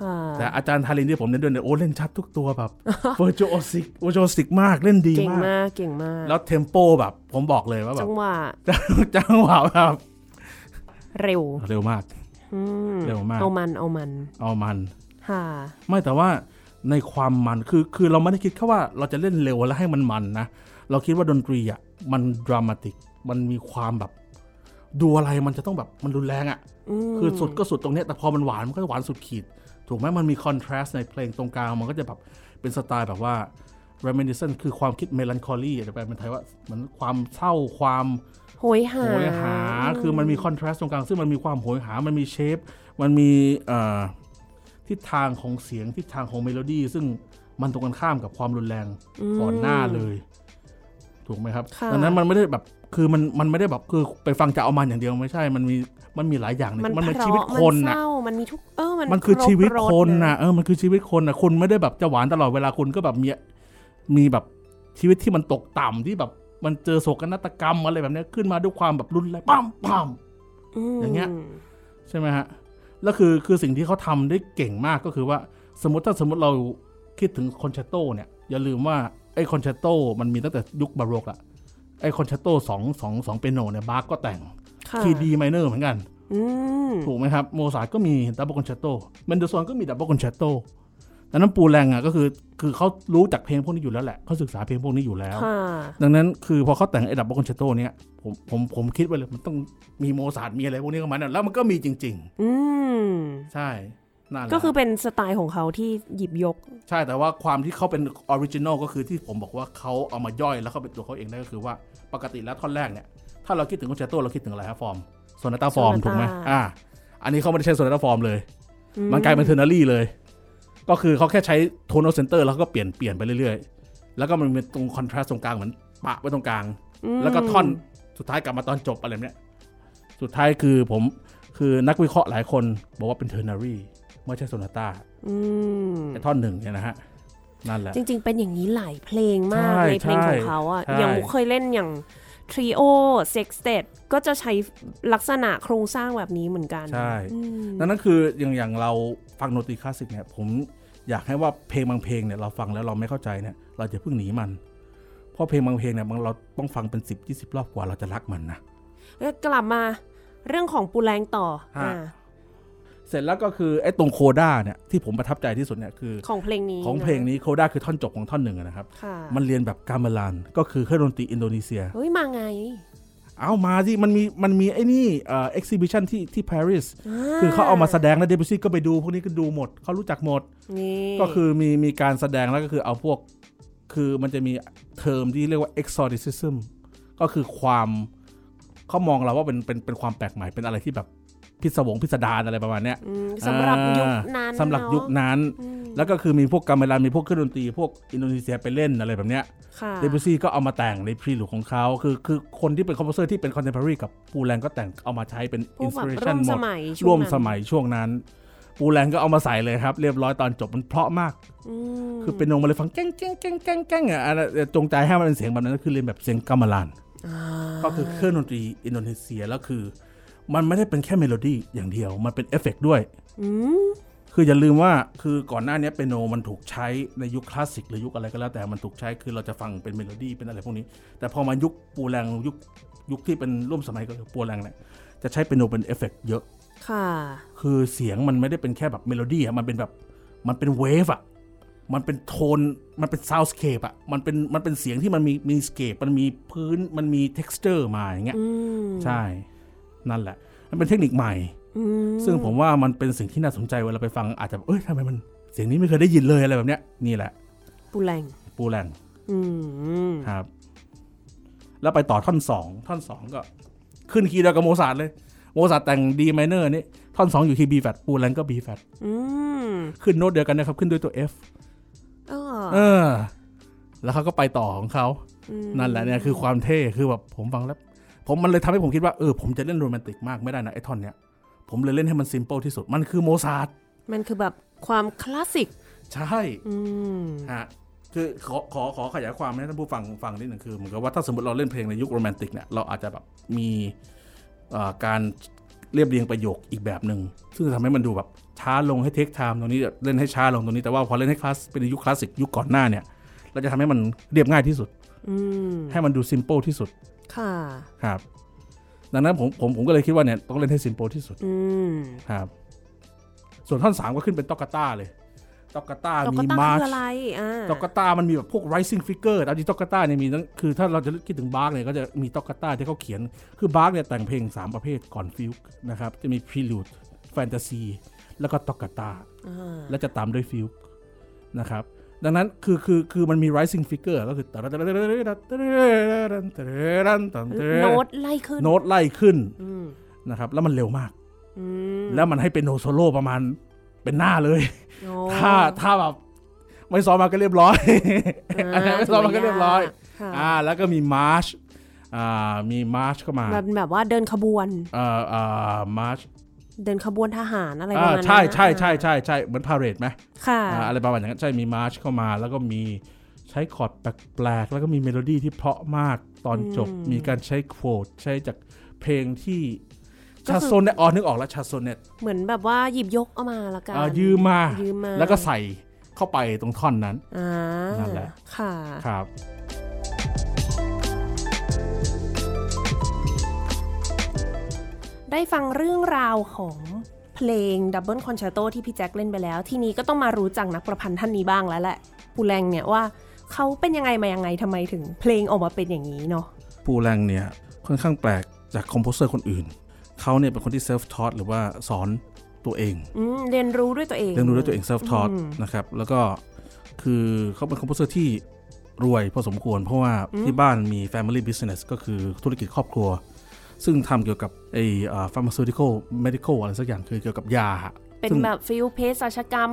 ค่ะ แต่อาจารย์ทารินที่ผมเล่นด้วยเนี่ยโอ้เล่นชัดทุกตัวแบบ เวอร์จูโอสิกเวอร์จูโอสิกมากเล่นดี เก่ง มาก มากเก่งมาก แล้วเทมโปแบบผมบอกเลยว่าแบ จั บ งหวะ จังหวะแบบ เร็ว เร็วมาก อืม เร็วมาก เอามันเอามัน เอามัน ค่ะ ไม่แต่ว่าในความมันคือคือเราไม่ได้คิดแค่ว่าเราจะเล่นเร็วแล้วให้มันมันนะ เราคิดว่าดนตรีอ่ะมันดรามาติกมันมีความแบบ ดูอะไรมันจะต้องแบบมันรุนแรงอ่ะ อืม คือสุดก็สุดตรงเนี้ยแต่พอมันหวานมันก็หวานสุดขีด ถูกไหมมันมีคอนทราสต์ในเพลงตรงกลาง มันก็จะแบบเป็นสไตล์แบบว่า reminiscent คือความคิดเมลันคอลี่จะแปลเป็นไทยว่าเหมือนความเศร้าความ โหยหา โหยหา คือมันมีคอนทราสต์ตรงกลาง ซึ่งมันมีความโหยหา มันมีเชฟ มันมีเอ่อทิศทางของเสียงทิศทางของเมโลดี้ ซึ่งมันตรงกันข้ามกับความรุนแรง ม ก่อนหน้าเลย ถูกไหมครับ ค่ะ ดังนั้นมันไม่ได้แบบคือมันมันไม่ได้แบบคือไปฟังจะเอามันอย่างเดียวไม่ใช่ มันมีมันมีหลายอย่างเลย มัน มันเป็น เพราะ ชีวิตคน มั นะ เศร้ามันมีทุกเออมัน มันคือชีวิต รบรส คน เลย นะเออมันคือชีวิตคนนะคุณไม่ได้แบบจะหวานตลอดเวลาคุณก็แบบมีมีแบบชีวิตที่มันตกต่ำที่แบบมันเจอโศกนาฏกรรมอะไรแบบเนี้ยขึ้นมาด้วยความแบบรุนแรงปั๊มปั๊ม ม อย่างเงี้ย ใช่ไหมฮะแล้วคือคือสิ่งที่เขาทำได้เก่งมากก็คือว่าสมมติถ้าสมมติเราคิดถึงคอนแชตโตเนี่ย อย่าลืมว่าไอ้คอนแชตโตมันมีตั้งแต่ยุคบาโรกอะไอ้คอนแชตโตสองสองสองเปียโนเนี่ยบาร์ก็แต่ง ค่ะ คีดีไมเนอร์เหมือนกัน อืม ถูกไหมครับ โมซาร์ทก็มีดับเบิลคอนแชตโตเมนเดลซอนก็มีดับเบิลคอนแชตโตดังนั้นปูแรงอ่ะก็คือคือเขารู้จากเพลงพวกนี้อยู่แล้วแหละเขาศึกษาเพลงพวกนี้อยู่แล้ว ค่ะ ดังนั้นคือพอเขาแต่งไอ้ดับเบิลคอนแชตโตเนี่ยผมผมผมคิดไว้เลยมันต้องมีโมซาร์ทมีอะไรพวกนี้เข้ามาเนี่ยแล้วมันก็มีจริง อืม ๆ ใช่นั่นแหละ ก็คือเป็นสไตล์ของเขาที่หยิบยก ใช่แต่ว่าความที่เขาเป็นออริจินอลก็คือที่ผมบอกว่าเขาเอามาย่อยแล้วเขาเป็นตัวเขาเองได้ก็คือว่าปกติแล้วท่อนแรกเนี่ยถ้าเราคิดถึงคอนแชตโตเราคิดถึงอะไรครับฟอร์มโซนาต้าฟอร์ม Sonata ถูกไหมอ่าอันนี้เขาไม่ได้ใช้โซนาต้าฟอร์มเลย อื มันกลายเป็นเทอร์นารี่เลย ก็คือเขาแค่ใช้โทน a l เซนเตอร์แล้วก็เปลี่ยนเปลี่ยนไปเรื่อยๆ แล้วก็มันเป็นตรงคอนทราสตรงกลางเหมือนปะไว้ตรงกลาง ม แล้วก็ท่อนสุดท้ายกลับมาตอนจบอะไรแบบเนี้ย สุดท้ายคือผมคือนักวิเคราะห์หลายคนบอกว่าเป็นเทอร์นารี่ไม่ใช่โซนาต้า อืม แต่ท่อนหนึ่งเนี่ยนะฮะ นั่นแหละ จริง ๆ เป็นอย่างนี้หลายเพลงมาก ใช่ ในเพลงของเขาอ่ะ ใช่ อย่างมุกเคยเล่นอย่างทริโอเซ็กเตดก็จะใช้ลักษณะโครงสร้างแบบนี้เหมือนกัน ใช่ อืม นั่นนั่นคืออย่างอย่างเราฟังดนตรีคลาสสิกเนี่ยผมอยากให้ว่าเพลงบางเพลงเนี่ยเราฟังแล้วเราไม่เข้าใจเนี่ยเราจะเพิ่งหนีมัน เพราะเพลงบางเพลงเนี่ยบางเราต้องฟังเป็น 10 20 รอบกว่าเราจะรักมันนะ แล้วกลับมาเรื่องของปูแรงต่อ ฮะ อ่า เสร็จแล้วก็คือไอ้ตรงโคด้าเนี่ยที่ผมประทับใจที่สุดเนี่ยคือ ของเพลงนี้ ของเพลงนี้โคด้าคือท่อนจบของท่อนหนึ่งอะนะครับ ค่ะ มันเรียนแบบกาเมลันก็คือเครื่องดนตรีอินโดนีเซีย เฮ้ยมาไง เอามาที่มันมีมันมีไอ้นี่เอ่อ exhibition ที่ที่ปารีสคือเขาเอามาแสดงแล้วเดบิซี่ก็ไปดูพวกนี้ก็ดูหมดเขารู้จักหมด นี่ ก็คือมีมีการแสดงแล้วก็คือเอาพวกคือมันจะมีเทอมที่เรียกว่า exoticism ก็คือความเขามองเราว่าเป็นเป็นเป็นความแปลกใหม่เป็นอะไรที่แบบพิศวงพิสดารอะไรประมาณเนี้ย มสำหรับยุค อ่า นั้น สำหรับยุค เนอะ นั้น อืม แล้วก็คือมีพวกกัมเบลามีพวกเครื่องดนตรีพวกอินโดนีเซียไปเล่นอะไรแบบเนี้ย ค่ะ เดบิวซี่ก็เอามาแต่งในพรีลูของเขาคือคือคนที่เป็นคอมโพเซอร์ที่เป็นคอนเทมพอรีกับปูแลงก็แต่งเอามาใช้เป็น พว อิ ก นส แบบ ปิเรชั ร่วนม หม ส ด มัยช่ร่วมสมัยช่ววงนั้นงนั้น ปูแลงก็เอามาใส่เลยครับ เรียบร้อยตอนจบมันเพราะมาก อืม คือเป็นนงมาเลยฟังแก้งแก้งแก้งแก้งแก้งอ่ะอันนั้นจงใจให้มันเป็นเสียงแบบนั้นก็คือเรียนแบบเสียงกัมมาลาน อ่า ก็คือเครื่องดนตรีอินโดนีเซียแล้วคือ มันไม่ได้เป็นแค่เมโลดี้อย่างเดียวมันเป็นเอฟเฟกต์ด้วย อืม คืออย่าลืมว่าคือก่อนหน้าเนี้ยเปียโนมันถูกใช้ในยุคคลาสสิกหรือยุคอะไรก็แล้วแต่มันถูกใช้คือเราจะฟังเป็นเมโลดี้เป็นอะไรพวกนี้ แต่พอมายุคปูแรงยุคยุคที่เป็นร่วมสมัยก็คือปูแรงเนี่ยจะใช้เปียโนเป็นเอฟเฟกต์เยอะ ค่ะ คือเสียงมันไม่ได้เป็นแค่แบบเมโลดี้อะมันเป็นแบบมันเป็นเวฟอะมันเป็นโทนมันเป็นซาวด์สเคปอะมันเป็นมันเป็นเสียงที่มันมีมีสเคปมันมีพื้นมันมีเท็กซ์เจอร์มาอย่างเงี้ย อืม ใช่นั่นแหละมันเป็นเทคนิคใหม่ อืม ซึ่งผมว่ามันเป็นสิ่งที่น่าสนใจเวลาไปฟังอาจจะแบบเอ้ยทำไมมันเสียงนี้ไม่เคยได้ยินเลยอะไรแบบเนี้ยนี่แหละ ปูแรง ปูแรง อืม ครับ แล้วไปต่อท่อนสองท่อนสองก็ ขึ้นคีย์เดียวกับโมซาร์ทเลย โมซาร์ทแต่งดีไมเนอร์นี่ท่อนสองอยู่คีย์บีแฟตปูแรงก็บีแฟต อืม ขึ้นโน้ตเดียวกันนะครับ ขึ้นด้วยตัว F อ๋อ เออ แล้วเขาก็ไปต่อของเขา ม นั่นแหละเนี่ยคือความเท่คือแบบผมฟังแล้ว ผมมันเลยทำให้ผมคิดว่าเออผมจะเล่นโรแมนติกมากไม่ได้นะไอ้ท่อนเนี้ยผมเลยเล่นให้มันซิมเปิลที่สุดมันคือโมซาร์ท มันคือแบบความคลาสสิก ใช่ อืม ฮะคือขอขอขอขยายความให้ท่านผู้ฟังฟังนิดหนึ่งคือเหมือนกับว่าถ้าสมมติเราเล่นเพลงในยุคโรแมนติกเนี่ยเราอาจจะแบบมีเอ่อการเรียบเรียงประโยคอีกแบบหนึ่งซึ่งจะทำให้มันดูแบบช้าลงให้เทคไทม์ตรงนี้เล่นให้ช้าลงตรงนี้แต่ว่าพอเล่นให้คลาสเป็นยุคคลาสสิกยุคก่อนหน้าเนี่ย เราจะทำให้มันเรียบง่ายที่สุด อืม ให้มันดูซิมเ l ิลที่สุด ค่ะ ครับดังนั้นผมผมผมก็เลยคิดว่าเนี่ยต้องเล่นให้ซิมเ l ิลที่สุด อืม ครับส่วนท่อนสามก็ขึ้นเป็นตอกาต้าเลยตอกาต้า ตอก มี กาต้า มาร์ คืออะไรอ่า ต็อกกาต้ามันมีแบบพวก rising figure เอาจริงต็อกกาต้าเนี่ยมีทั้งคือถ้าเราจะคิดถึงบาร์กเนี่ยก็จะมีต็อกกาต้าที่เขาเขียน คือบาร์กเนี่ยแต่งเพลง 3 ประเภทก่อนฟิวก์นะครับ จะมี prelude fantasy แล้วก็ต็อกกาต้า อ่า และจะตามด้วยฟิวก์นะครับ ดังนั้นคือคือคือมันมี rising figure ก็คือ โน้ตไล่ขึ้น โน้ตไล่ขึ้น อืม นะครับ แล้วมันเร็วมาก อืม แล้วมันให้เป็นโนโซโล่ประมาณเป็นหน้าเลย โอ้ ถ้าถ้าแบบไม่ซ้อมมาก็เรียบร้อย อ่า ไม่ซ้อมมา ก็เรียบร้อย ค่ะ อ่าแล้วก็มีมาร์ชอ่ามีมาร์ชเข้ามา แบบแบบว่าเดินขบวน เอ่ออ่ามาร์ช เดินขบวนทหารอะไรประ อ่า มาณนั้น ใช่ใช่ อ่า ใช่ใช่ใช่เหมือนพาเรดไหม ค่ะ อ่าอะไรประมาณอย่างนั้นใช่มีมาร์ชเข้ามา แล้วก็มีใช้คอร์ดแปลกๆ แล้วก็มีเมโลดี้ที่เพราะมากตอนจบ อืม มีการใช้โคดใช้จากเพลงที่ ก็คือ ชาโซนเนตอ๋อนึกออกแล้วชาโซนเนต เหมือนแบบว่าหยิบยกเอามาละกัน อ่ายืมมา ยืมมา แล้วก็ใส่เข้าไปตรงท่อนนั้น อ่า นั่นแหละ ค่ะ ครับ ได้ฟังเรื่องราวของเพลงดับเบิลคอนแช r t โตที่พี่แจ็คเล่นไปแล้ว ทีนี้ก็ต้องมารู้จักนักประพันธ์ท่านนี้บ้างแล้วแหละปูแรงเนี่ยว่าเขาเป็นยังไงมายังไงทำไมถึงเพลงออกมาเป็นอย่างนี้เนาะ ปูแรงเนี่ยค่อนข้างแปลกจากคอมโพเซอร์คนอื่น เขาเนี่ยเป็นคนที่เซ l ฟ t ทอ t หรือว่าสอนตัวเอง อืมเรียนรู้ด้วยตัวเอง เรียนรู้ด้วยตัวเองเซ l ฟ t ทอ t อืม นะครับ แล้วก็คือเขาเป็นคอมโพเซอร์ที่รวยพอสมควร เพราะว่าที่บ้านมี Family Business ก็คือธุรกิจครอบครัว ซึ่งทำเกี่ยวกับไอ้ฟาร์มาซูติคอลเมดิคอลอะไรสักอย่างคือเกี่ยวกับยา เป็น ซึ่ง แบบฟิลเพศาชกรรม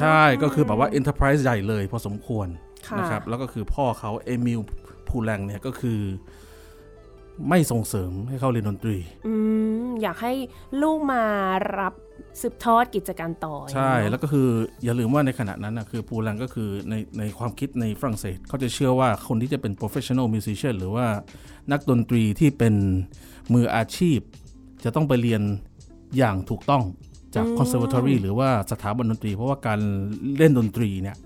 ใช่ ก็คือแบบว่า Enterprise ใหญ่เลยพอสมควร ค่ะ นะครับ แล้วก็คือพ่อเขาเอมิลพูแรงเนี่ยก็คือไม่ส่งเสริมให้เขาเรียนดนตรี อืมอยากให้ลูกมารับสืบทอดกิจการต่อ ใช่ อย่างเงี้ยเนอะ แล้วก็คืออย่าลืมว่าในขณะนั้นนะคือปูแรงก็คือในในความคิดในฝรั่งเศสเขาจะเชื่อว่าคนที่จะเป็น professional musician หรือว่านักดนตรีที่เป็นมืออาชีพ จะต้องไปเรียนอย่างถูกต้องจาก conservatory หรือว่าสถาบันดนตรี เพราะว่าการเล่นดนตรีเนี่ย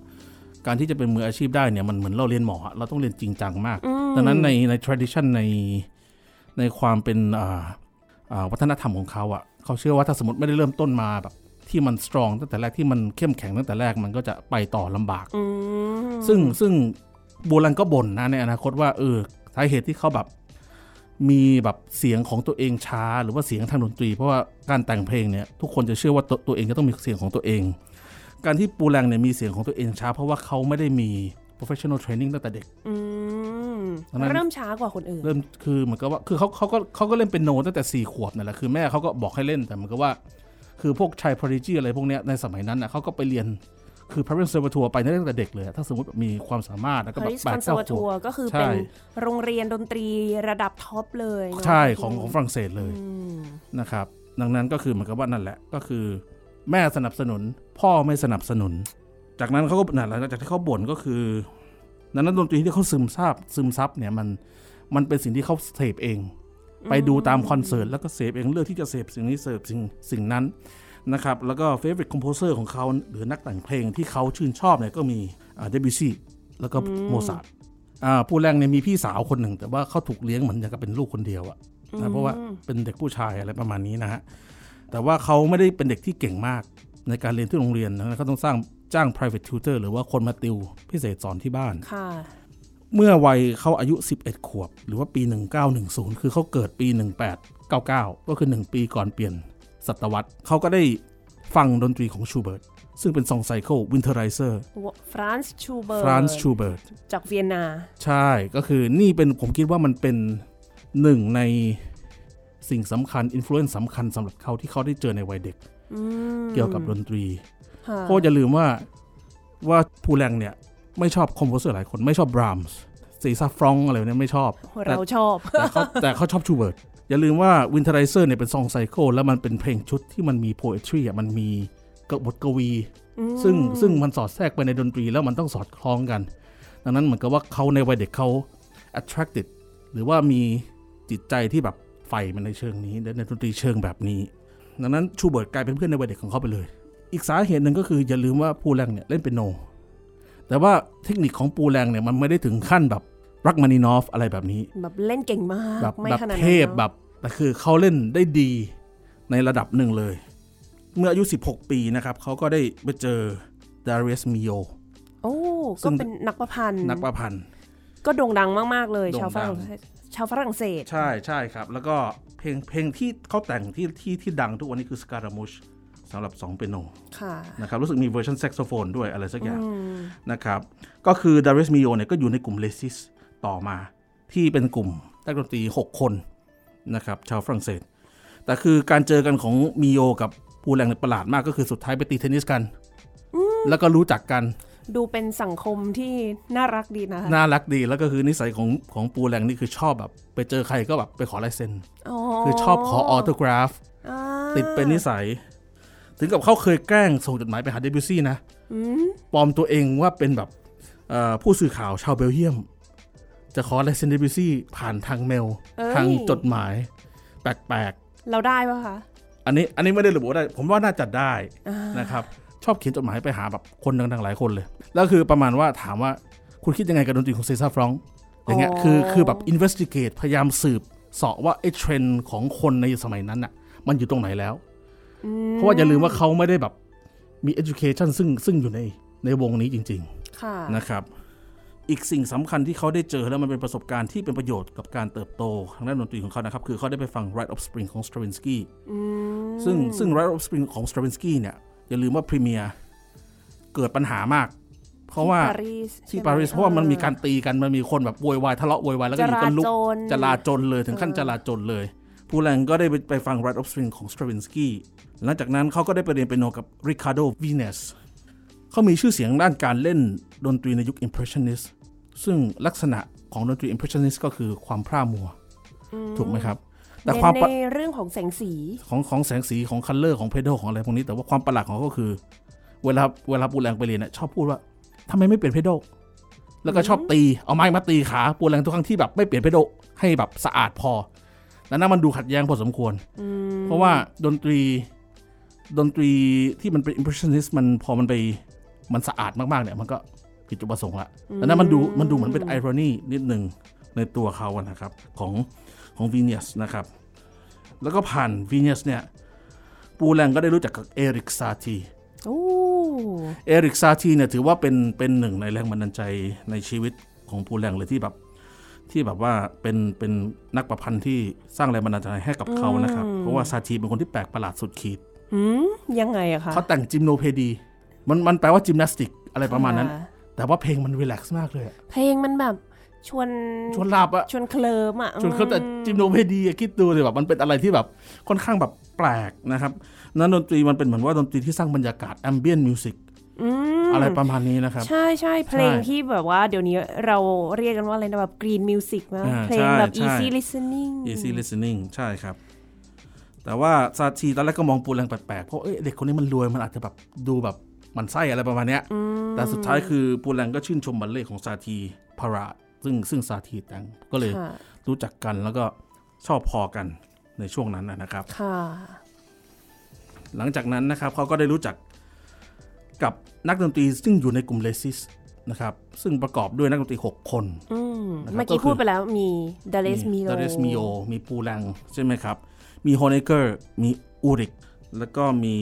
การที่จะเป็นมืออาชีพได้เนี่ยมันเหมือนเราเรียนหมออะเราต้องเรียนจริงจังมาก ดังนั้นในใน tradition ในในความเป็นอ่าอ่าวัฒนธรรมของเขาอะ่ะเขาเชื่อว่าถ้าสมมติไม่ได้เริ่มต้นมาแบบ ที่มัน strong ตั้งแต่แรกที่มันเข้มแข็งตั้งแต่แรกมันก็จะไปต่อลำบาก อืม ซึ่งซึ่งโบรันก็บ่นนะในอนาคตว่าเออสาเหตุที่เขาแบบ มีแบบเสียงของตัวเองช้าหรือว่าเสียงทางดนตรี เพราะว่าการแต่งเพลงเนี่ยทุกคนจะเชื่อว่าตัวตัวเองจะต้องมีเสียงของตัวเอง การที่ปูแรงเนี่ยมีเสียงของตัวเองช้า เพราะว่าเขาไม่ได้มี professional training ตั้งแต่เด็ก อืม เพราะฉะนั้น เริ่มช้ากว่าคนอื่น เริ่มคือเหมือนกับว่าคือเขาเขาก็เขาก็เล่นเป็นโนตั้งแต่สี่ขวบนั่นแหละคือแม่เขาก็บอกให้เล่นแต่เหมือนกับว่า คือพวกชายพริจีอะไรพวกเนี้ยในสมัยนั้นนะเขาก็ไปเรียนคือ parent conservatoire ไปตั้งแต่เด็กเลยอะถ้าสมมติมีความสามารถแล้วก็แบบ Paris แปดเก้าข Conservatoire วบ ก็คือ ใช่ เป็นโรงเรียนดนตรีระดับท็อปเลยเนะ ใช่ของของฝรั่งเศสเลย อืม นะครับดังนั้นก็คือเหมือนกับว่านั่นแหละก็คือ แม่สนับสนุน พ่อไม่สนับสนุน จากนั้นเขาก็นั่นแหละหลังจากที่เขาบ่นก็คือดังนั้นดนตรีที่เขาซึมซาบซึมซับเนี่ยมันมันเป็นสิ่งที่เขาเสพเอง ไปดูตามคอนเสิร์ตแล้วก็เสพเองเลือกที่จะเสพสิ่งนี้เสพสิ่งสิ่งนั้นนะครับแล้วก็เฟ v o r i t e คอมโพเซอร์ของเขาหรือนักแต่งเพลงที่เขาชื่นชอบเนี่ยก็มีเดบิชีแล้วก็โมซาร์ทอ่าผู้แรงเนี่ยมีพี่สาวคนหนึ่ง แต่ว่าเขาถูกเลี้ยงเหมือนอย่างกับเป็นลูกคนเดียวอะ นะเพราะว่าเป็นเด็กผู้ชายอะไรประมาณนี้นะฮะ แต่ว่าเขาไม่ได้เป็นเด็กที่เก่งมากในการเรียนที่โรงเรียนนะเขาต้องสร้างจ้าง private tutor หรือว่าคนมาติวพิเศษสอนที่บ้าน ค่ะ เมื่อวัยเขาอายุ 11 ขวบ หรือว่าปี 1910 คือเขาเกิดปี 1899 ก็คือ 1 ปีก่อนเปลี่ยนศตวรรษ เขาก็ได้ฟังดนตรีของชูเบิร์ตซึ่งเป็นซองไซเคิลวินเทอร์ไรเซอร์ ฟรานซ์ชูเบิร์ ฟรานซ์ชูเบิร์ต จากเวียนนา ใช่ก็คือนี่เป็นผมคิดว่ามันเป็นหนึ่งในสิ่งสำคัญอินฟลูเอนซ์สำคัญสำหรับเขาที่เขาได้เจอในวัยเด็ก เกี่ยวกับดนตรี ค่ะ เพราะอย่าลืมว่าว่าผู้แรงเนี่ย ไม่ชอบคอมโพเซอร์หลายคนไม่ชอบบรามส์ซีซาฟรองอะไรเนี่ยไม่ชอบ แต่ เราชอบ แต่เขาแต่เขาชอบชูเบิร์ตอย่าลืมว่าวินเทอร์ไรเซอร์เนี่ยเป็นซองไซโคแล้วมันเป็นเพลงชุดที่มันมีโพเอทรีอ่ะมันมีกบทกวี ซึ่งซึ่งมันสอดแทรกไปในดนตรีแล้วมันต้องสอดคล้องกัน ดังนั้นเหมือนกับว่าเขาในวัยเด็กเขา attracted หรือว่ามีจิตใจที่แบบใฝ่มันในเชิงนี้และในดนตรีเชิงแบบนี้ ดังนั้นชูเบิร์ตกลายเป็นเพื่อนในวัยเด็กของเขาไปเลย อีกสาเหตุหนึ่งก็คืออย่าลืมว่าปูแรงเนี่ยเล่นเปียโน แต่ว่าเทคนิคของปูแรงเนี่ยมันไม่ได้ถึงขั้นแบบรักมานินอฟอะไรแบบนี้ แบบเล่นเก่งมาก แบบ ไม่ แบบ ขนาดนั้น เทพ นอะ แบบแต่คือเขาเล่นได้ดีในระดับหนึ่งเลย เมื่ออายุ 16 ปีนะครับเขาก็ได้ไปเจอดาริสมิโย โอ้ ซึ่ ก็ ง เป็นนักประพันธ์ นักประพันธ์ ก็โด่งดังมาก ๆ เลย โด่ง ชาวฝรั่ง ดัง เศสชาวฝรั่งเศส ใช่ใช่ครับ แล้วก็เพลงเพลงที่เขาแต่งที่ที่ที่ดังทุกวันนี้คือสการามูชสำหรับ2เปียโน ค่ะ นะครับ รู้สึกมีเวอร์ชันแซกโซโฟนด้วยอะไรสักอย่าง อืม นะครับ ก็คือดาริสมิโยเนี่ยก็อยู่ในกลุ่มเลซิสต่อมา ที่เป็นกลุ่มนักดนตรี 6 คนนะครับ ชาวฝรั่งเศส แต่คือการเจอกันของมิโยกับปูแรงเนี่ยประหลาดมากก็คือสุดท้ายไปตีเทนนิสกัน แล้วก็รู้จักกัน ดูเป็นสังคมที่น่ารักดีนะคะ น่ารักดีแล้วก็คือนิสัยของของปูแรงนี่คือชอบแบบ ไปเจอใครก็แบบไปขอลายเซ็น คือชอบขอออโตกราฟ อ่า ติดเป็นนิสัย ถึงกับเขาเคยแกล้งส่งจดหมายไปหาเดบิวซี่นะ อืม ปลอมตัวเองว่าเป็นแบบเอ่อผู้สื่อข่าวชาวเบลเยียม จะขอลายเซ็นเดบิวซี่ผ่านทางเมล เอ้ย ทางจดหมาย แปลก เราได้ปะคะ ๆ อันนี้อันนี้ไม่ได้ระบุว่าได้ ผมว่าน่าจะได้นะครับ ชอบเขียนจดหมายไปหาแบบคนดังๆหลายคนเลย แล้วคือประมาณว่าถามว่าคุณคิดยังไงกับดนตรีของเซซ่าฟรองอย่างเงี้ยคือคือแบบ investigate พยายามสืบเสาะว่าไอ้เทรนด์ของคนในสมัยนั้นน่ะมันอยู่ตรงไหนแล้ว อื เพราะว่าอย่าลืมว่าเขาไม่ได้แบบมี education ซึ่งซึ่งอยู่ในในวงนี้จริง ค่ะ ๆ นะครับ อีกสิ่งสำคัญที่เขาได้เจอแล้วมันเป็นประสบการณ์ที่เป็นประโยชน์กับการเติบโตทางด้านดนตรีของเขานะครับ คือเขาได้ไปฟัง Rite of Spring ของ Stravinsky อืม ซึ่งซึ่ง Rite of Spring ของ Stravinsky เนี่ย อย่าลืมว่าพรีเมียร์เกิดปัญหามาก เพราะว่า ปารีส ที่ ใช่ไห ปารีสเพราะว่ามันมีการตีกันมันมีคนแบบโวยวายทะเลาะโวยวายแล้ว จ ก็อยู่ รา กันลุก จน จลาจนเลยถึงขั้นจลาจนเลยผู้แรงก็ได้ไปไปฟัง Rite of Spring ของ Stravinsky หลังจากนั้นเขาก็ได้ไปเรียนเปียโนกับ Ricardo Venus เขามีชื่อเสียงด้านการเล่นดนตรีในยุค Impressionist ซึ่งลักษณะของดนตรี Impressionist ก็คือความพร่ามัว ถูกไหมครับ แต่ เน้น ความประ ในเรื่องของแสงสี ของของแสงสีของคัลเลอร์ของเพด a l ของอะไรพวกนี้แต่ว่าความประหลาดของเขาก็คือ เวลาเวลาปูแรงไปเรียนเนี่ยชอบพูดว่าทำไมไม่เปลี่ยนเพด a l แล้วก็ชอบตีเอาไม้มาตีขาปูแรงทุกครั้งที่แบบไม่เปลี่ยนเพด a l ให้แบบสะอาดพอแล้วนั่นมันดูขัดแย้งพอสมควร เพราะว่าดนตรีดนตรีที่มันเป็น impressionist มันพอมันไปมันสะอาดมากๆเนี่ยมันก็ผิดจุดประสงค์ละแล้วนั่นมันดูมันดูเหมือนเป็นไอรอนีนิดหนึ่งในตัวเขาอะนะครับของของวีเนียสนะครับ แล้วก็ผ่านวีเนียสเนี่ยปูแรงก็ได้รู้จักกับเอริกซาที โอ้ เอริกซาทีเนี่ยถือว่าเป็นเป็นหนึ่งในแรงบันดาลใจในชีวิตของปูแรงเลยที่แบบ ที่แบบว่าเป็นเป็นนักประพันธ์ที่สร้างแรงบันดาลใจให้กับเขานะครับ อืม เพราะว่าซาทีเป็นคนที่แปลกประหลาดสุดขีด หืมยังไงอะคะ เขาแต่งจิมโนเพดี มันมันแปลว่าจิมนาสติกอะไรประมาณนั้น ค่ แต่ว่าเพลงมันรีแลกซ์มากเลยอะ เพลงมันแบบชวน ชวนหลับอะ ชวนเคลิมอะ ชวนเขาแต่ อืม จิมโนเพดีอะคิดดูเลยแบบมันเป็นอะไรที่แบบค่อนข้างแบบแปลกนะครับนั้นดนตรีมันเป็นเหมือนว่าดนตรีที่สร้างบรรยากาศแอมเบียนมิวสิก อืม อะไรประมาณนี้นะครับ ใช่ใช่เพลงที่แบบว่าเดี๋ยวนี้เราเรียกกันว่าอะไรนะแบบ green music นะ อ่า เพลงแบบ ใช่ใช่ easy listening easy listening ใช่ครับ แต่ว่าซาชีตอนแรกก็มองปูแรงแปลกๆ เพราะเอ้ยเด็กคนนี้มันรวยมันอาจจะแบบดูแบบหมันไส้อะไรประมาณเนี้ย แต่สุดท้ายคือปูแรงก็ชื่นชมบัลเล่ต์ของซาทีพาราดซึ่งซึ่งซาทีแต่งก็เลย ค่ะ รู้จักกันแล้วก็ชอบพอกันในช่วงนั้นนะนะครับ ค่ะ หลังจากนั้นนะครับเขาก็ได้รู้จักกับนักดนตรีซึ่งอยู่ในกลุ่มเลซิสนะครับซึ่งประกอบด้วยนักดนตรี 6 คน อืม นะครับ เมื่อ ก็ กี้ คือ พูดไปแล้วมี d a l e s m i o ดาเรสมิโอมีปูแรงใช่ไหมครับ มีโฮเนเกอร์ มีอูริก แล้วก็มี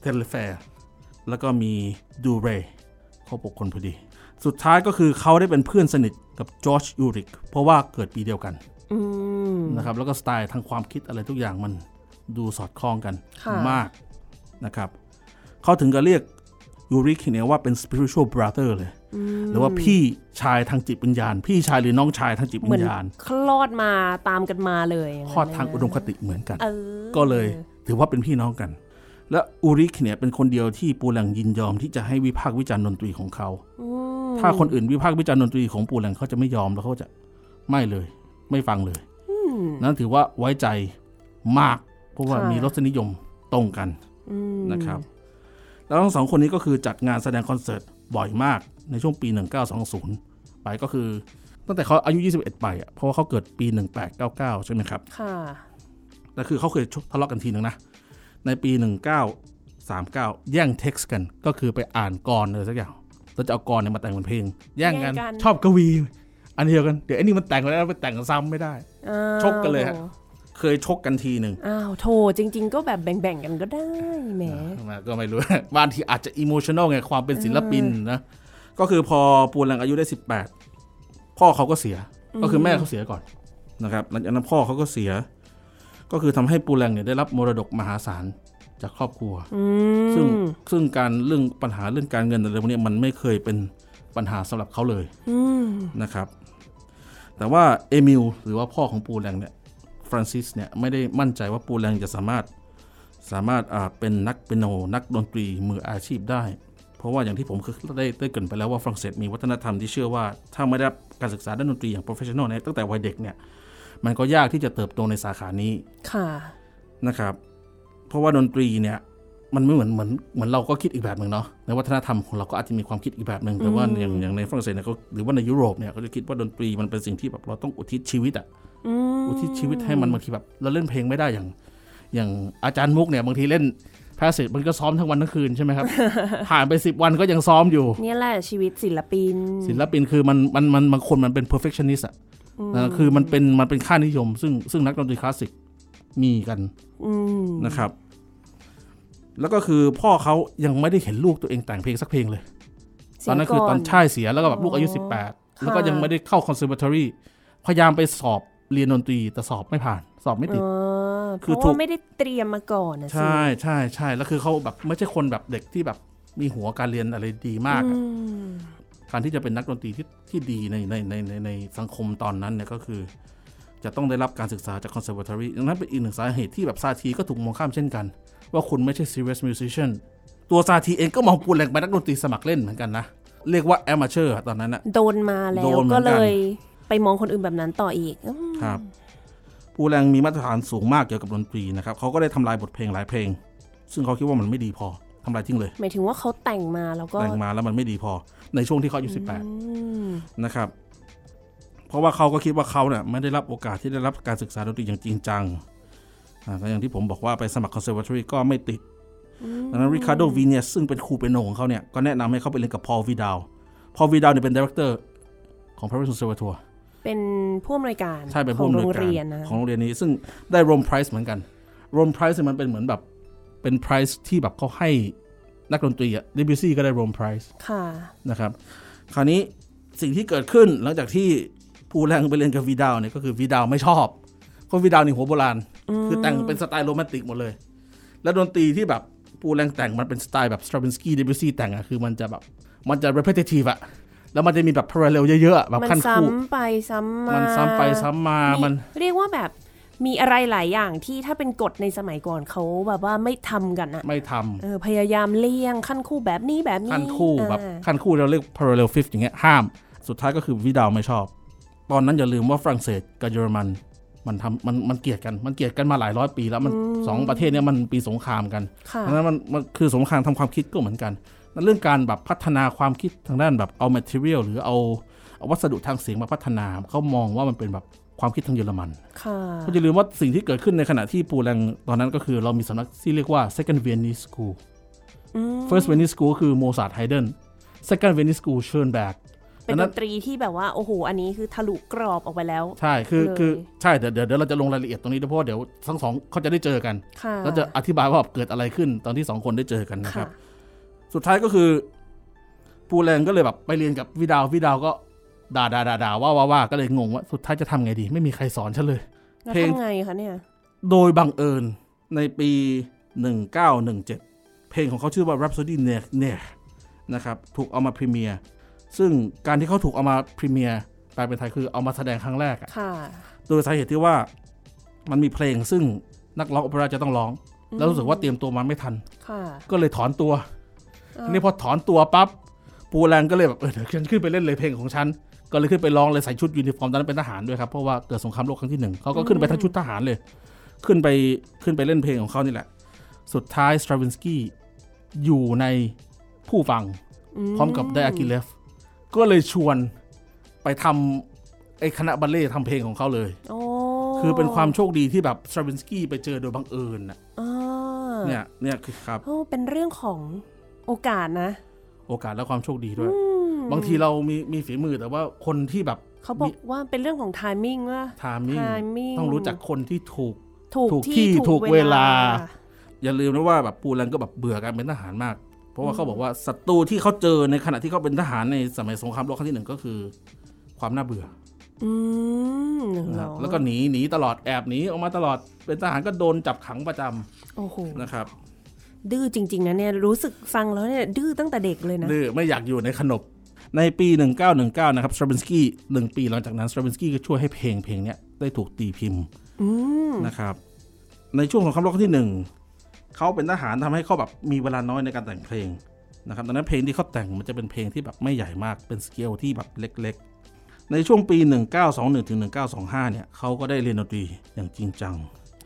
เทเลแฟร์แล้วก็มีดูเรเขาปกคนพอดี สุดท้ายก็คือเขาได้เป็นเพื่อนสนิทกับจอร์จอูริก เพราะว่าเกิดปีเดียวกัน อืม นะครับแล้วก็สไตล์ทางความคิดอะไรทุกอย่างมันดูสอดคล้องกัน ค่ะ มากนะครับเขาถึงกับเรียกยูริคิเนยว่าเป็น spiritual brother เลย หรือว่าพี่ชายทางจิตวิญญาณ พี่ชายหรือน้องชายทางจิต เหมื วิ อน ญญาณ คลอดมาตามกันมาเลยย่ ค นั้น ลอดทาง นะ อุดมคติเหมือนกัน เออ ก็เลยถือว่าเป็นพี่น้องกัน และอูริคเนี่ยเป็นคนเดียวที่ปูแหลังยินยอมที่จะให้วิพากษ์วิจารณ์ดนตรีของเขา อืม ถ้าคนอื่นวิพากษ์วิจารณ์ดนตรีของปูแหลังเขาจะไม่ยอมแล้วเขาจะไม่เลยไม่ฟังเลย อืม นั่นถือว่าไว้ใจมาก เพราะว่า ค่ะ มีรสนิยมตรงกัน อืม นะครับ แล้วทั้งสองคนนี้ก็คือจัดงานแสดงคอนเสิร์ตบ่อยมากในช่วงปี 1920 ไปก็คือตั้งแต่เขาอายุ 21 ไปอะเพราะว่าเขาเกิดปี 1899 ใช่ไหมครับ ค่ะ แต่คือเขาเคยทะเลาะกันทีหนึ่งนะ ในปี 1939 แย่งเท็กซ์กันก็คือไปอ่านกรอะไรสักอย่างแล้วจะเอากรเนี่ยมาแต่งเป็นเพลง แย่งกัน แย่งกัน ชอบกวี อันเดียวกันเดี๋ยวไอ้นี่มันแต่งไปแล้วไปแต่งซ้ำไม่ได้ อ้าว ชกกันเลยฮะ เคยชกกันทีหนึ่ง อ้าวโถจริง ๆ ก็แบบแบ่งๆกันก็ได้แหม มาก็ไม่รู้ บางทีอาจจะอิโมชันอลไงความเป็นศิลปินนะ ก็คือพอปูนลังอายุได้ 18 พ่อเขาก็เสียก็คือแม่เขาเสียก่อนนะครับหลังจากนั้นพ่อเขาก็เสีย ก็คือทำให้ปูลังเนี่ยได้รับมรดกมหาศาลจากครอบครัว อืม ซึ่งซึ่งการเรื่องปัญหาเรื่องการเงินอะไรพวกเนี้ยมันไม่เคยเป็นปัญหาสำหรับเขาเลย อืม นะครับ แต่ว่าเอมิลหรือว่าพ่อของปูแรงเนี่ยฟรานซิสเนี่ยไม่ได้มั่นใจว่าปูแรงจะสามารถสามารถอ่าเป็นนักเปียโนนักดนตรีมืออาชีพได้ เพราะว่าอย่างที่ผมเคยได้ได้เกรินไปแล้วว่าฝรั่งเศสมีวัฒนธรรมที่เชื่อว่า ถ้าไม่ได้รับการศึกษาด้านดนตรีอย่าง professional เนี่ยตั้งแต่วัยเด็กเนี่ยมันก็ยากที่จะเติบโตในสาขานี้ ค่ะ นะครับ เพราะว่าดนตรีเนี่ยมันไม่เหมือนเหมือนเหมือนเราก็คิดอีกแบบหนึ่งเนาะในวัฒนธรรมของเราก็อาจจะมีความคิดอีกแบบหนึ่งแต่ว่าอย่างอย่างในฝรั่งเศสเนี่ยเขาหรือว่าในยุโรปเนี่ยเขาจะคิดว่าดนตรีมันเป็นสิ่งที่แบบเราต้องอุทิศชีวิตอะ อืม อุทิศชีวิตให้มันบางทีแบบเราเล่นเพลงไม่ได้อย่าง อย่างอาจารย์มุกเนี่ยบางทีเล่นพาสเซจมันก็ซ้อมทั้งวันทั้งคืนใช่ไหม ครับ ผ่านไปสิบวันก็ยังซ้อมอยู่ เนี่ยแหละชีวิตศิลปิน ศิลปินคือมันมันมันบางคนมันเป็น perfectionist อะนะคือมันเป็นมันเป็นค่านิยม ซึ่งซึ่งนักดนตรีคลาสสิกมีกัน อืม นะครับ แล้วก็คือพ่อเขายังไม่ได้เห็นลูกตัวเองแต่งเพลงสักเพลงเลย ตอนนั้นคือตอนใช่เสียแล้วก็แบบลูกอายุ 18 แล้วก็ยังไม่ได้เข้าคอนเสิร์ t ทอรี่พยายามไปสอบเรียนดนตรี แต่สอบไม่ผ่าน สอบไม่ติด อ๋อ คื เพ อ ราะ ถู ว่าก ไม่ได้เตรียมมาก่อนนะสิ ใช่ใช่ใช่แล้วคือเขาแบบไม่ใช่คนแบบเด็กที่แบบมีหัวการเรียนอะไรดีมากอะ อืม การที่จะเป็นนักดนตรีที่ที่ดีในในในในในสังคมตอนนั้นเนี่ยก็คือ จะต้องได้รับการศึกษาจากคอนเสิร์ t ทอรี่ดังนั้นเป็นอีกหนึ่งสาเหตุที่แบบซาทีก็ถูกมองข้ามเช่นกัน ว่าคุณไม่ใช่ serious musician ตัวซาทีเองก็มองปูแหลงเป็นนักดนตรีสมัครเล่นเหมือนกันนะ เรียกว่า amateur อะตอนนั้นนะ โดนมาแล้ โด วน เหมือนกัน ก็เลยไปมองคนอื่นแบบนั้นต่ออีกอืม ครับปูแรงมีมาตรฐานสูงมากเกี่ยวกับดนตรีนะครับเขาก็ได้ทำลายบทเพลงหลายเพลง ซึ่งเขาคิดว่ามันไม่ดีพอทำลายทิ้งเลย หมายถึงว่าเขาแต่งมาแล้วก็ แต่งมาแล้วมันไม่ดีพอในช่วงที่เขาอายุ อืม 18 นะครับ เพราะว่าเขาก็คิดว่าเขาเนี่ยไม่ได้รับโอกาสที่ได้รับการศึกษาดนตรีอย่างจริงจังอ่าแต่อย่างที่ผมบอกว่าไปสมัครคอนเสิร์ t ทอรี่ก็ไม่ติดดังนั้นริคาร์โดวีเนสซึ่งเป็นครูเปียโนของเขาเนี่ยก็แนะนำให้เขาไปเรียนกับพอลวีดาวพอลวีดาวเนี่ยเป็นดีเรคเตอร์ของ Paris Conservatoire เป็นผู้อำนวยการ ใช่เป็น ขอ ผู้ ง อำน โร วย ง การ เรียนนะ ของโรงเรียนนี้ซึ่งได้รมไพรส์เหมือนกันรมไพรส์มันเป็นเหมือนแบบเป็นไพรส์ที่แบบเขาให้นักดนตรีอะดิบิซี่ก็ได้รมไพรส์ ค่ะ นะครับ คราวนี้สิ่งที่เกิดขึ้นหลังจากที่พ ผู้แรงไปเล่นกับวีดาวเนี่ยก็คือวีดาวไม่ชอบคนวีดาวนี่หัวโบราณ คือแต่งเป็นสไตล์โรแมนติกหมดเลย แล้วดนตรีที่แบบปูแรงแต่งมันเป็นสไตล์แบบสตราวินสกี้เดบิวซี่แต่งอะคือมันจะแบบมันจะ repetitive อะแล้วมันจะมีแบบ parallel เยอะๆอะแบบ มัน ขั้นคู่ ซ้ำไปซ้ำมัมามัน ซ้ำไปซ้ำมามัน เรียกว่าแบบมีอะไรหลายอย่างที่ถ้าเป็นกฎในสมัยก่อนเขาแบบว่าไม่ทำกันอะ ไม่ทำ เออพยายามเลี่ยงขั้นคู่แบบนี้แบบนี้ ขั้นคู่แบบ อ่า ขั้นคู่เราเรียก parallel fifth อย่างเงี้ยห้าม สุดท้ายก็คือวิดาวไม่ชอบ ตอนนั้นอย่าลืมว่าฝรั่งเศสกับเยอรมัน มันทำมันมันเกลียดกันมันเกลียดกันมาหลายร้อยปีแล้วมันสองประเทศเนี้ยมันปีสงครามกัน ค่ะ ดังนั้นมันมันคือสงครามทำความคิดก็เหมือนกันแล้วเรื่องการแบบพัฒนาความคิดทางด้านแบบเอา material หรือเอาเอาวัสดุทางเสียงมาพัฒนาเขามองว่ามันเป็นแบบความคิดทางเยอรมัน ค่ะ ก็อย่าลืมว่าสิ่งที่เกิดขึ้นในขณะที่ปูแรงตอนนั้นก็คือเรามีสำนักที่เรียกว่า second Viennese school อืม first Viennese school ก็คือโมซาร์ทไฮเดน second Viennese school เชิญแบก เป็นดนตรีที่แบบว่า โอ้โห อันนี้คือทะลุกรอบออกไปแล้ว ใช่ คือ เลย คือ ใช่ เดี๋ยวเดี๋ยวเดี๋ยวเราจะลงรายละเอียดตรงนี้ด้วยเพราะว่าเดี๋ยวทั้งสองเขาจะได้เจอกัน ค่ะ แล้วจะอธิบายว่าเกิดอะไรขึ้นตอนที่สองคนได้เจอกันนะค ค่ะ รับ สุดท้ายก็คือปูแรงก็เลยแบบไปเรียนกับวิดาววิดาวก็ด่าด่าด่าด่าว่าว่าว่าก็เลยงงว่าสุดท้ายจะทำไงดี ไม่มีใครสอนฉันเลย แล้ว เพลง ทำไงคะเนี่ย โดยบังเอิญในปี 1917 เพลงของเขาชื่อว่า Rhapsody n e g n e นะครับถูกเอามาพรีเมียร์ซึ่งการที่เขาถูกเอามาพรีเมียร์แปลเป็นไทยคือเอามาแสดงครั้งแรกอะ ค่ะ โดยสาเหตุที่ว่ามันมีเพลงซึ่งนักร้องโอเปร่าจะต้องร้อง แล้วรู้สึกว่าเตรียมตัวมาไม่ทัน ค่ะ ก็เลยถอนตัวทีนี้พอถอนตัวปั๊บปูแรงก็เลยแบบเออเดี๋ยวฉันขึ้นไปเล่นเลยเพลงของฉัน ก็เลยขึ้นไปร้องเลยใส่ชุดยูนิฟอร์มตอนนั้นเป็นทหารด้วยครับเพราะว่าเกิดสงครามโลกครั้งที่หนึ่งเขาก็ขึ้นไปทั้งชุดทหารเลย ขึ้นไปขึ้นไปเล่นเพลงของเขานี่แหละ สุดท้ายสตราวินสกี้อยู่ในผู้ฟังพร้อมกับไดอากิเลฟก็เลยชวนไปทำไอ้คณะบัลเล่ต์ทำเพลงของเขาเลย โอ้ คือเป็นความโชคดีที่แบบสตราวินสกี้ไปเจอโดยบังเอิญน่ะ อ่า เนี่ยเนี่ยคือครับ โอ้เป็นเรื่องของโอกาสนะ โอกาสและความโชคดีด้วย บางทีเรามีมีฝีมือแต่ว่าคนที่แบบ เขาบอกว่าเป็นเรื่องของ t i มิ่งว่า ทามิ่ง timing ต้องรู้จักคนที่ถูก ถูก ถูกที่ ที่ ถูกเวลา อย่าลืมนะว่าแบบปูแลนก็แบบเบื่อการเป็นทหารมาก เพราะว่าเขาบอกว่าศัตรูที่เขาเจอในขณะที่เขาเป็นทหารในสมัยสงครามโลกครั้งที่หนึ่งก็คือ ความน่าเบื่อ อืม นะ เหร ฮะ อ แล้วก็หนีหนีตลอดแอบหนีออกมาตลอดเป็นทหารก็โดนจับขังประจำ โอ้โห นะครับ ดื้อจริง ๆ นะเนี่ย รู้สึกฟังแล้วเนี่ย ดื้อตั้งแต่เด็กเลยนะ ดื้อไม่อยากอยู่ในขนบ ในปี 1919 นะครับสตราวินสกี้หนึ่งปีหลังจากนั้นสตราวินสกี้ก็ช่วยให้เพลงเพลงเนี้ยได้ถูกตีพิมพ์นะครับ ในช่วงของคำโลกครั้งที่หนึ่งเขาเป็นทหารทำให้เขาแบบมีเวลาน้อยในการแต่งเพลงนะครับดังนั้นเพลงที่เขาแต่งมันจะเป็นเพลงที่แบบไม่ใหญ่มากเป็นสเกลที่แบบเล็กๆ ในช่วงปี 1921ถึง1925 เนี่ยเขาก็ได้เรียนดนตรีอย่างจริงจัง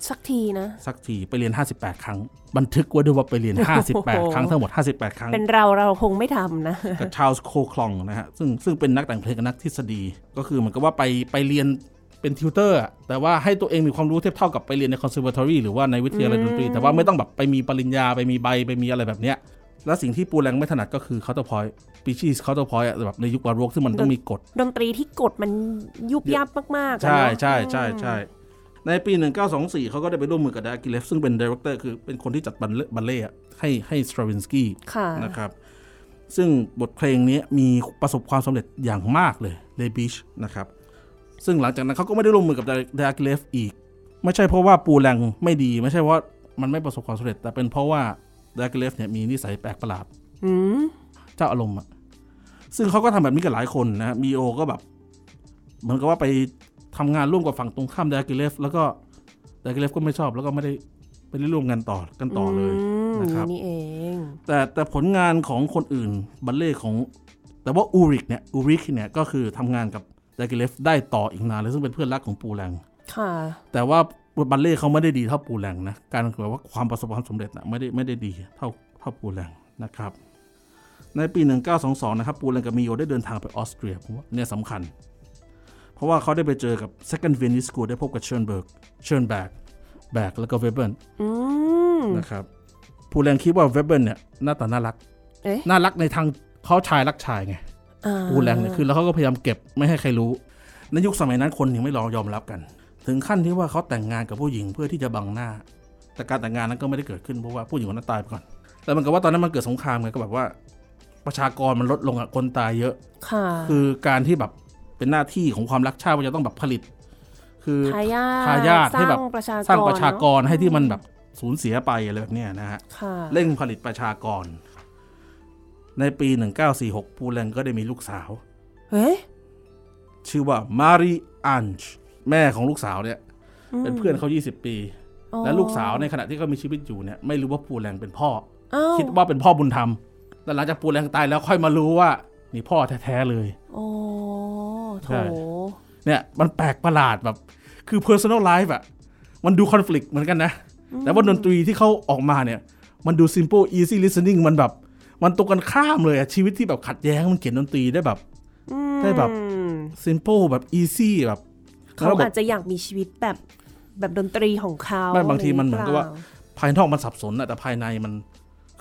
สักทีนะ สักทีไปเรียน 58 ครั้ง บันทึกไว้ด้วยว่าไปเรียน 58 ครั้งทั้งหมด 58 ครั้ง เป็นเราเราคงไม่ทำนะ กับชาลส์โคคลองนะฮะซึ่งซึ่งเป็นนักแต่งเพลงกับนักทฤษฎี ก็คือเหมือนกับว่าไปไปเรียนเป็นทิวเตอร์อะแต่ว่าให้ตัวเองมีความรู้เทียบเท่ากับไปเรียนในคอนเสิร์ t ทอรีหรือว่าในวิทยาลัยดนตรี แต่ว่าไม่ต้องแบบไปมีปริญญาไปมีใบไปมีอะไรแบบเนี้ยแล้วสิ่งที่ปูแรงไม่ถนัดก็คือเคาน์เตอร์พอยต์ปีชีสเคาน์เตอร์พอยต์แบบในยุคบาโรกซึ่งมันต้องมีกฎ ดนตรีที่กดมันยุบยับมากๆอะ ใช่ เนาะ ใช่ใช่ใช่ในปี 1924 เขาก็ได้ไปร่วมมือกับดากิเลฟซึ่งเป็นดีเรคเตอร์คือเป็นคนที่จัดบัลเล่บัลเล่ต์อะให้ให้สตราวินสกี้ ค่ะ นะครับ ซึ่งบทเพลงนี้มีประสบความสำเร็จอย่างมากเลยเลบิชนะครับ ซึ่งหลังจากนั้นเขาก็ไม่ได้ร่วมมือกับดาร์กเลฟอีก ไม่ใช่เพราะว่าปูแรงไม่ดี ไม่ใช่ว่ามันไม่ประสบความสำเร็จ แต่เป็นเพราะว่าดาร์กเลฟเนี่ยมีนิสัยแปลกประหลาด อืม เจ้าอารมณ์อะซึ่งเขาก็ทำแบบนี้กับหลายคนนะมีโอก็แบบ เหมือนกับว่าไปทำงานร่วมกับฝั่งตรงข้ามดาร์กเลฟแล้วก็ดาร์กเลฟก็ไม่ชอบแล้วก็ไม่ได้ไม่ได้ร่วมงานต่อกันต่อเลย อืม นะครับ นี่เอง แต่แต่ผลงานของคนอื่นบัลเล่ของ แต่ว่าอูริกเนี่ยอูริกเนี่ยก็คือทำงานกับดากิเลฟได้ต่ออีกนานเลยซึ่งเป็นเพื่อนรักของปูแรง ค่ะ แต่ว่าบัลเล่เขาไม่ได้ดีเท่าปูแรงนะการแบบว่าความประสบความสำเร็จนะไม่ได้ไม่ได้ดีเท่าเท่าปูแรงนะครับ ในปี 1922 นะครับปูแรงกับมิโยได้เดินทางไปออสเตรียผมว่าเนี่ยสำคัญ เพราะว่าเขาได้ไปเจอกับ Second Venice School ได้พบกับเชิร์นเบิร์กเชิร์นแบกแบกแล้วก็เวเบิร์น อืม นะครับปูแรงคิดว่าเวเบิร์นเนี่ยหน้าตาน่ารัก เอ๊ะ น่ารักในทางเขาชายรักชายไง อ่า ปูแรงเนี่ยคือแล้วเขาก็พยายามเก็บไม่ให้ใครรู้ในยุคสมัยนั้นคนยังไม่รองยอมรับกัน ถึงขั้นที่ว่าเขาแต่งงานกับผู้หญิงเพื่อที่จะบังหน้า แต่การแต่งงานนั้นก็ไม่ได้เกิดขึ้นเพราะว่าผู้หญิงคนนั้นตายไปก่อนแต่มันก็ว่าตอนนั้นมันเกิดสงครามไงก็แบบว่า ประชากรมันลดลงอะคนตายเยอะ ค่ะ คือการที่แบบ เป็นหน้าที่ของความรักชาติว่าจะต้องแบบผลิต คือ ทายาท ทายาทให้แบบ สร้างประสชากรร้างประชากร เนอะ ให้ที่มันแบบสูญเสียไปอะไรแบบเนี้ยนะฮะ ค่ะ เร่งผลิตประชากร ในปี 1946 ปูแลงก็ได้มีลูกสาว เฮ้ย ชื่อว่ามารีอันช์แม่ของลูกสาวเนี่ย เป็นเพื่อนเขา 20 ปี อ๋อ และลูกสาวในขณะที่เขามีชีวิตอยู่เนี่ยไม่รู้ว่าปูแลงเป็นพ่อ อ้าว คิดว่าเป็นพ่อบุญธรรมแต่หลังจากปูแลงตายแล้วค่อยมารู้ว่านี่พ่อแท้ๆเลย โอ้โถ ใช่ เนี่ยมันแปลกประหลาดแบบ คือ personal life อะมันดู conflict เหมือนกันนะ แต่ว่าดนตรีที่เขาออกมาเนี่ย มันดู simple easy listening มันแบบ มันตรงกันข้ามเลยอะชีวิตที่แบบขัดแย้งมันเขียนดนตรีได้แบบ ได้แบบ อืม simple แบบ easy แบบ เขา แล้วแบบ อาจจะอยากมีชีวิตแบบแบบดนตรีของเขา ไม่บางทีมันเหมือนกับว่า ะไรย่งงี้ย ภายนอกมันสับสนอะแต่ภายในมัน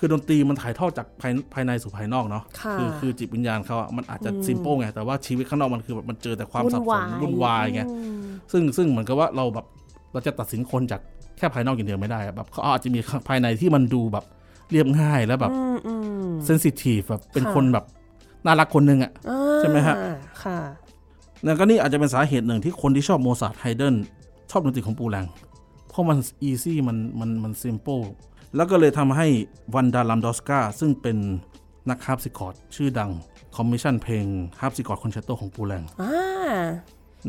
คือดนตรีมันถ่ายทอดจากภายภายในสู่ภายนอกเนาะ ค่ะ คือคือจิตวิญญาณเขาอะมันอาจจะ simple ไงแต่ว่าชีวิตข้างนอกมันคือแบบมันเจอแต่ความสับสนวุ่นวายไง อืม ซึ่งซึ่งเหมือนกับว่าเราแบบเราจะตัดสินคนจากแค่ภายนอกอย่างเดียวไม่ได้อะแบบเขาอาจจะมีภายในที่มันดูแบบเรียบง่ายแล้วแบบ อืมอืม เซนซิทีฟแบบเป็น ค่ะ คนแบบน่ารักคนหนึ่งอะ อ่า ใช่ไหมฮะ ค่ะ นั่นก็นี่อาจจะเป็นสาเหตุหนึ่งที่คนที่ชอบโมซาร์ทไฮเดนชอบดนตรีของปูแรงเพราะมันอีซี่มันมันมันซิมเปิลแล้วก็เลยทำให้วันดาลัมดอสกาซึ่งเป็นนักฮาร์ปซิคอร์ดชื่อดังคอมมิชชั่นเพลงฮาร์ปซิคอร์ดคอนแชตโตของปูแรง อ่า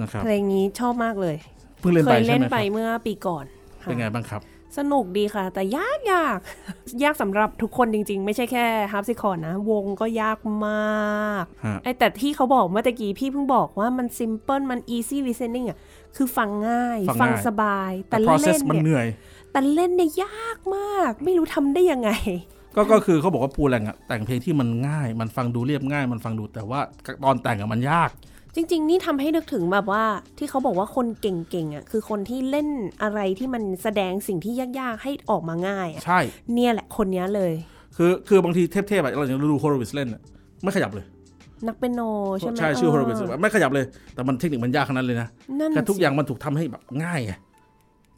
นะครับ เพลงนี้ชอบมากเลย เพิ่งเล่น เค ไป ย ใช่ เล่น ไหมค ไป รับ เมื่อปีก่อนค่ะ เป็นไงบ้างครับ สนุกดีค่ะ แต่ยากยาก ยากสำหรับทุกคนจริง ๆ ไม่ใช่แค่ฮาร์ปซิคอร์ดนะ วงก็ยากมาก ฮะ ไอแต่ที่เขาบอกเมื่อตะกี้พี่เพิ่งบอกว่ามันซิมเ l ิลมันอีซี่ลิสเซน i ิ g งอ่ะคือฟังง่าย ฟังง่าย สบายแต่ แต่ เล่น process มัน เนี่ย เหนื่อย แต่เล่นเนี่ยยากมาก ไม่รู้ทำได้ยังไง ก็ก็คือเขาบอกว่าปูแรงอะแต่งเพลงที่มันง่าย มันฟังดูเรียบง่าย มันฟังดูแต่ว่าตอนแต่งอะมันยาก จริง ๆ นี่ทำให้นึกถึงแบบว่า ที่เขาบอกว่าคนเก่งๆอ่ะคือคนที่เล่นอะไรที่มันแสดงสิ่งที่ยากๆ ให้ออกมาง่ายอะ ใช่ เนี่ยแหละคนเนี้ยเลย คือคือบางทีเทพๆอะเราจะดูโฮโรวิสเล่นอะไม่ขยับเลย นักเปียโนใช่ไหม ชื่อโฮโรวิส เ ไม่ขยับเลย แต่มันเทคนิคมันยากขนาดนั้นเลยนะ นั่น แต่ทุกอย่างมันถูกทำให้แบบง่ายไง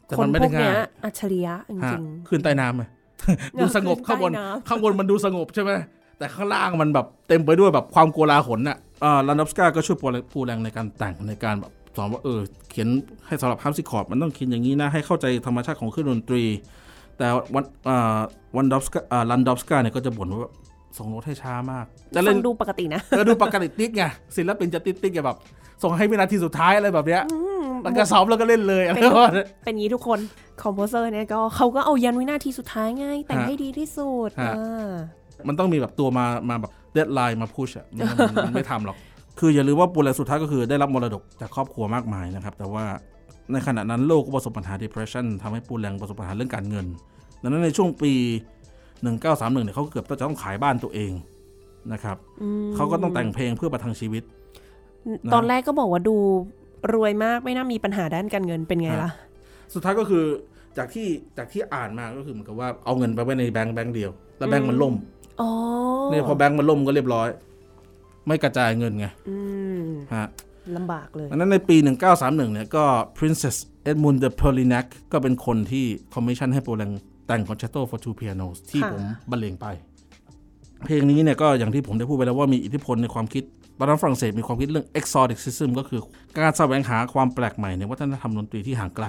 แต่ ค มัน นไม่ พ ได้ วก ง่า เนี้ ย ยอัจฉริยะจ ฮะ ริง ขึ้นใต้น้ำไง ดูสงบ ขึ้นข้างบใต้น น้ำ ข้างบนมันดูสงบใช่ไหมแต่ข้างล่างมันแบบเต็มไปด้วยแบบความโกลาหลน่ะอ่าลันดอฟสกาก็ช่วยปูแรงปูแรงในการแต่งในการแบบสอนว่าเออเขียนให้สำหรับฮาร์ปซิคอร์ดมันต้องเขียนอย่างนี้นะ ให้เข้าใจธรรมชาติของเครื่องดนตรี แต่วันอ่าวันดอฟสกาอ่าลันดอฟสกาเนี่ยก็จะบ่นว่าส่งโน้ตให้ช้ามาก ๆ จะเล่น ฟังดูปกตินะ เออดูปกติติ๊กไงศิลปินจะติ๊กติ๊กไงแบบ ส่งให้วินาทีสุดท้ายอะไรแบบเนี้ยแล้วก็ซ้อมแล้วก็เล่นเลยอะไรประมาณนั้น เป็นอย่างนี้ทุกคนคอมโพเซอร์เนี่ยก็เขาก็เอายันวินาทีสุดท้ายไงแต่งให้ดีที่สุด ฮะ อ่า มันต้องมีแบบตัวมามาแบบเดดไลน์มาพุชอ่ะมันมันมันไม่ทำหรอก คืออย่าลืมว่าปูแลสุดท้ายก็คือได้รับมรดกจากครอบครัวมากมายนะครับ แต่ว่าในขณะนั้นโลกก็ประสบปัญหา depression ทำให้ปูแลงประสบปัญหาเรื่องการเงิน ดังนั้นในช่วงปี 1931เนี่ยเขาเกือบจะต้องขายบ้านตัวเองนะครับเขาก็ต้องแต่งเพลงเพื่อประทังชีวิต ตอนแรกก็บอกว่าดูรวยมากไม่น่ามีปัญหาด้านการเงินเป็นไงล่ะ สุดท้ายก็คือจากที่จากที่อ่านมาก็คือเหมือนกับว่าเอาเงินไปไว้ในแบงค์แบงค์เดียว แล้วแบงค์มันล่ม อ๋อ เนี่ยพอแบงค์มันล่มก็เรียบร้อย ไม่กระจายเงินไง อืม ฮะ ลำบากเลย ดังนั้นในปี 1931 เนี่ยก็ Princess Edmund de Perlinac ก็เป็นคนที่คอมมิชชั่นให้โปรแลงแต่งคอนแชตโต for two pianos ที่ ค่ะ ผมบรรเลงไป เพลงนี้เนี่ยก็อย่างที่ผมได้พูดไปแล้วว่ามีอิทธิพลในความคิด ตอนนั้นฝรั่งเศสมีความคิดเรื่อง exoticism ก็คือการแสวงหาความแปลกใหม่ในวัฒนธรรมดนตรีที่ห่างไกล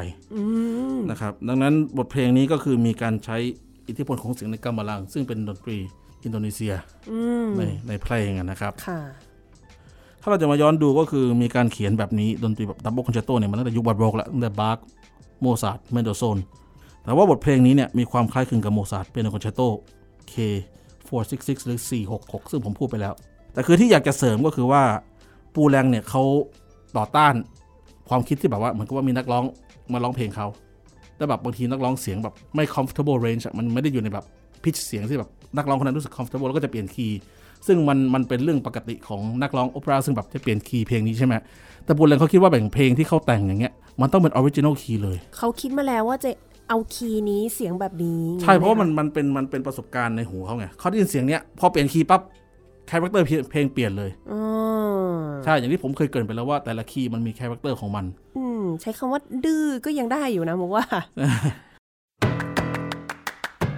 นะครับ ดังนั้นบทเพลงนี้ก็คือมีการใช้อิทธิพลของเสียงในกำมะลัง ซึ่งเป็นดนตรีอินโดนีเซียในในเพลงอะนะครับ ค่ะ ถ้าเราจะมาย้อนดูก็คือมีการเขียนแบบนี้ ดนตรีแบบดับเบิลคอนแชตโตเนี่ยมันตั้งแต่ยุคบาโรกแล้วตั้งแต่บาร์กโมซาร์ทเมนเดลโซนแต่ว่าบทเพลงนี้เนี่ยมีความคล้ายคลึงกับโมซาร์ทเป็นคอนแชตโต K 466 หรือ 466 ซึ่งผมพูดไปแล้ว แต่คือที่อยากจะเสริมก็คือว่าปูแรงเนี่ยเขาต่อต้านความคิดที่แบบว่าเหมือนกับว่ามีนักร้องมาร้องเพลงเขาแต่แบบบางทีนักร้องเสียงแบบไม่ comfortable range อะมันไม่ได้อยู่ในแบบพิชเสียงที่แบบนักร้องคนนั้นรู้สึก comfortable แล้วก็จะเปลี่ยนคีย์ ซึ่งมันมันเป็นเรื่องปกติของนักร้องโอเปร่าซึ่งแบบจะเปลี่ยนคีย์เพลงนี้ใช่ไหมแต่ปูแรงเขาคิดว่าแบ่งเพลงที่เขาแต่งอย่างเงี้ยมันต้องเป็นออริจินอลคีย์เลย เขาคิดมาแล้วว่าจะเอาคีย์นี้เสียงแบบนี้ ใช่เพราะว่ามันมันเป็นมันเป็นประสบการณ์ในหูเขาไงเขาได้ยินเสียงเนี้ยพอเปลี่ยนคีย์ปั๊บคาแรคเตอร์เพลงเปลี่ยนเลย อืม ใช่ อย่างที่ผมเคยเกรินไปแล้วว่าแต่ละคีย์มันมีคาแรคเตอร์ของมัน อืมใช้คำว่าดื้อก็ยังได้อยู่นะมกว่า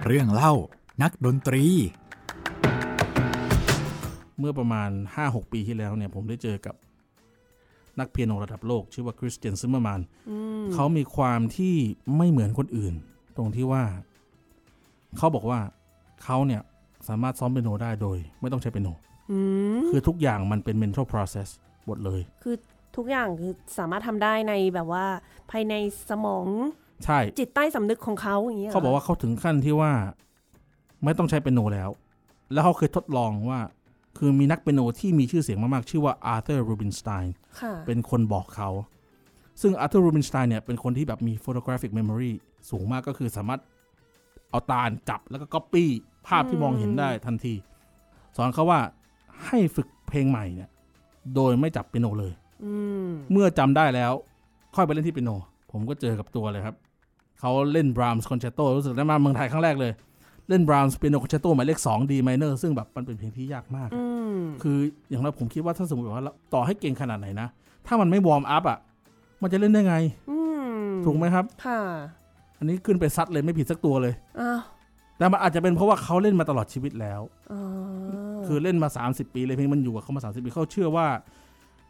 เรื่องเล่านักดนตรี เมื่อประมาณ 5-6 ปีที่แล้วเนี่ยผมได้เจอกับ นักเปียโนระดับโลก ชื่อว่าคริสเตียนซิมเมอร์แมนเขามีความที่ไม่เหมือนคนอื่น ตรงที่ว่า เขาบอกว่าเขาเนี่ยสามารถซ้อมเปียโนได้โดย ไม่ต้องใช้เปียโนคือทุกอย่างมันเป็น mental process หมดเลย คือทุกอย่างคือสามารถทำได้ในแบบว่า ภายในสมอง ใช่ จิตใต้สำนึกของเขาอย่างเงี้ยหร เขาบอกว่าเขาถึงขั้นที่ว่า ไม่ต้องใช้เปียโนแล้ว แล้วเขาเคยทดลองว่า คือมีนักเปียโนที่มีชื่อเสียงมาก ๆ ชื่อว่าอาร์เธอร์รูบินสไตน์ ค่ะ เป็นคนบอกเขา ซึ่งอาร์เธอร์รูบินสไตน์เนี่ย เป็นคนที่แบบมี photographic memory สูงมากก็คือสามารถเอาตาลจับแล้วก็ copy ภาพที่มองเห็นได้ทันที สอนเขาว่าให้ฝึกเพลงใหม่เนี่ย โดยไม่จับเปียโนเลย อืม เมื่อจำได้แล้ว ค่อยไปเล่นที่เปียโน ผมก็เจอกับตัวเลยครับ เขาเล่นบรามส์คอนแชตโตรู้สึกได้มาเมืองไทยครั้งแรกเลย เล่นบรามส์เปียโนคอนแชตโตหมายเลข2 D minor ซึ่งแบบมันเป็นเพลงที่ยากมาก อืม คืออย่างเราผมคิดว่าถ้าสมมติว่าเราต่อให้เก่งขนาดไหนนะ ถ้ามันไม่วอร์มอัพอ่ะ มันจะเล่นได้ไง อืม ถูกไหมครับ ค่ะ อันนี้ขึ้นไปซัดเลยไม่ผิดสักตัวเลย อ้าว แต่มันอาจจะเป็นเพราะว่าเขาเล่นมาตลอดชีวิตแล้ว อ๋อ คือเล่นมา 30 ปีเลยเพลงมันอยู่กับเขามา 30 ปีเขาเชื่อว่า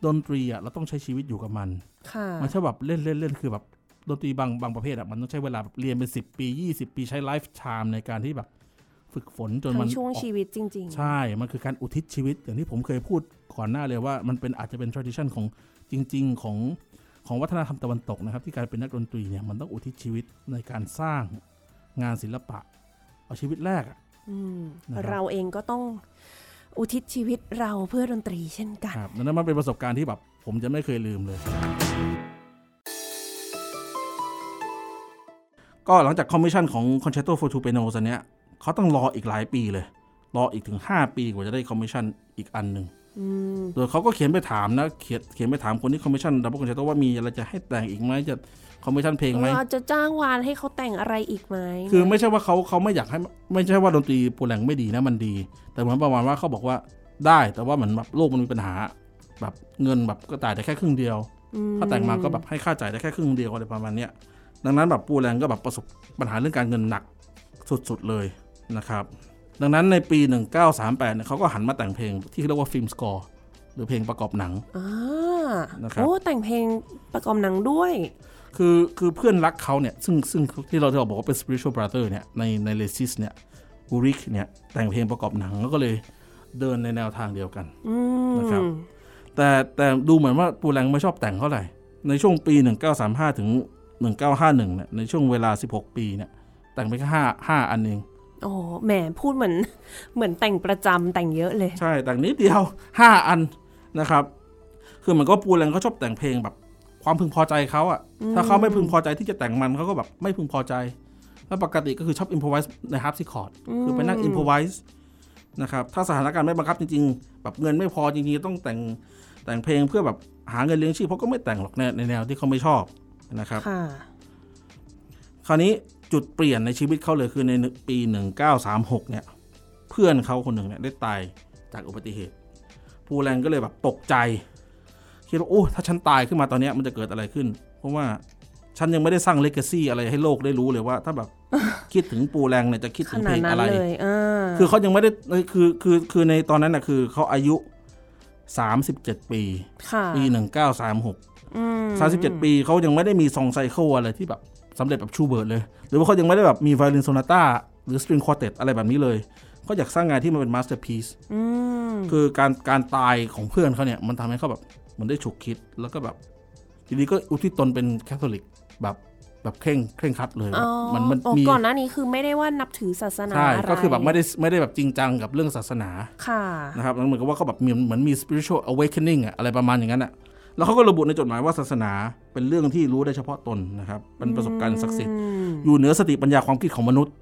ดนตรีอ่ะเราต้องใช้ชีวิตอยู่กับมัน ค่ะ มันใช่แบบเล่นเล่นเล่นคือแบบดนตรีบางบางประเภทอ่ะมันต้องใช้เวลาแบบเรียนเป็น 10 ปี 20 ปีใช้ไลฟ์ไทม์ในการที่แบบฝึกฝนจนมั ทั้ น งช่วง ออก ชีวิตจริง ๆ ใช่ มันคือการอุทิศชีวิต อย่างที่ผมเคยพูดก่อนหน้าเลยว่ามันเป็นอาจจะเป็น tradition ของจริง ๆ ของของวัฒนธรรมตะวันตกนะครับ ที่การเป็นนักดนตรีเนี่ยมันต้องอุทิศชีวิตในการสร้างงานศิลปะ เอาชีวิตแรกอะ อืม นะครับ เราเองก็ต้องอุทิศชีวิตเราเพื่อดนตรีเช่นกัน ครับดังนั้นมันเป็นประสบการณ์ที่แบบผมจะไม่เคยลืมเลย ก็หลังจากคอมมิชชั่นของ Concerto for Two Pianos อันเนี้ยเขาต้องรออีกหลายปีเลย รออีกถึง 5 ปีกว่าจะได้คอมมิชชั่นอีกอันหนึ่ง อืม โดยเขาก็เขียนไปถามนะ เขียนเขียนไปถามคนที่คอมมิชชั่นดับเบิลคอนแชตโตว่ามีอะไรจะให้แต่งอีกไหมจะคอมมิชชั่นเพลงไหม เราจะจ้างวานให้เขาแต่งอะไรอีกไหม คือไม่ใช่ว่าเขาเขาไม่อยากให้ไม่ใช่ว่าดนตรีโปแลนด์ไม่ดีนะมันดี แต่เหมือนประมาณว่าเขาบอกว่าได้แต่ว่าเหมือนแบบโลกมันมีปัญหา แบบเงินแบบก็จ่ายได้แค่ครึ่งเดียวถ้าแต่งมาก็แบบให้ค่าจ่ายได้แค่ครึ่งเดียวอะไรประมาณเนี้ยดังนั้นแบบโปแลนด์ก็แบบประสบปัญหาเรื่องการเงินหนักสุดๆเลยนะครับดังนั้นในปี 1938เนี่ยเขาก็หันมาแต่งเพลงที่เรียกว่าฟิล์มสกอร์หรือเพลงประกอบหนัง อ่า นะครับ โอ้แต่งเพลงประกอบหนังด้วย คือคือเพื่อนรักเขาเนี่ย ซึ่งซึ่งที่เราที่เราบอกว่าเป็น spiritual brother เนี่ย ในในเลซิสเนี่ยอูริกเนี่ย แต่งเพลงประกอบหนังแล้วก็เลยเดินในแนวทางเดียวกัน อืม นะครับ แต่แต่ดูเหมือนว่าปูแรงไม่ชอบแต่งเท่าไหร่ ในช่วงปี 1935 ถึง 1951เนี่ยในช่วงเวลา 16 ปีเนี่ย แต่งไปแค่5 5อันเอง โอ้แหมพูดเหมือน เหมือนแต่งประจำแต่งเยอะเลย ใช่แต่งนิดเดียว 5 อันนะครับ คือเหมือนก็ปูแรงเขาชอบแต่งเพลงแบบความพึงพอใจเขาอะถ้าเขาไม่พึงพอใจที่จะแต่งมันเขาก็แบบไม่พึงพอใจ แล้วปกติก็คือชอบอิ p พ o ไวส์ในฮาร์ปซิคอร์ดคือไปนั่งอิ p พ o ไวส์นะครับ ถ้าสถานการณ์ไม่บังคับจริงๆ แบบเงินไม่พอจริงๆ ต้องแต่งแต่งเพลงเพื่อแบบหาเงินเลี้ยงชีพเพราะก็ไม่แต่งหรอกในในแนวที่เขาไม่ชอบนะครับ ค่ะ คราวนี้จุดเปลี่ยนในชีวิตเขาเลยคือในปี 1936 เนี่ย เพื่อนเขาคนหนึ่งเนี่ยได้ตายจากอุบัติเหตุ ผู้แรงก็เลยแบบตกใจ คิดว่า โอ้ถ้าฉันตายขึ้นมาตอนเนี้ยมันจะเกิดอะไรขึ้น เพราะว่าฉันยังไม่ได้สร้างเลก a ซีอะไรให้โลกได้รู้เลยว่า ถ้าแบบ คิดถึงปูแรงเนี่ยจะคิด ข ถึง นา เพ ด ลง นั้ อะ น ไร เลยอ่า คือเขายังไม่ได้เอ้ยคือคือคือในตอนนั้นน่ะคือเขาอายุ 37 ปี ค่ะ ปี 1936 อืม สามสิบเจ็ดปีเขายังไม่ได้มีซองไซเคิลอะไรที่แบบสำเร็จแบบชูเบิร์ตเลย หรือว่าเขายังไม่ได้แบบมีไวโอลินโซนาต้าหรือสตริงควอเตตอะไรแบบนี้เลยเขาอยากสร้างงานที่มันเป็นมาสเตอร์พีซ อืม คือการการตายของเพื่อนเขาเนี่ย มันทำให้เขาแบบเหมันได้ฉุกคิดแล้วก็แบบทีนี้ก็อุทิศตนเป็นแคทอลิกแบบแบบเคร่งเคร่งครัดเลย อ๋อ มันมัน โอ้ มี ก่อนหน้านี้คือไม่ได้ว่านับถือศาสนา ใช่ อะไร ก็คือแบบไม่ได้ไม่ได้แบบจริงจังกับเรื่องศาสนา ค่ะ นะครับแล้วเหมือนกับว่าเขาแบบมีเหมือนมี spiritual awakening อะอะไรประมาณอย่างนั้นอะแล้วเขาก็ระบุในจดหมายว่าศาสนาเป็นเรื่องที่รู้ได้เฉพาะตนนะครับ เป็นประสบการณ์ศักดิ์สิทธิ์ อืม อยู่เหนือสติปัญญาความคิดของมนุษย์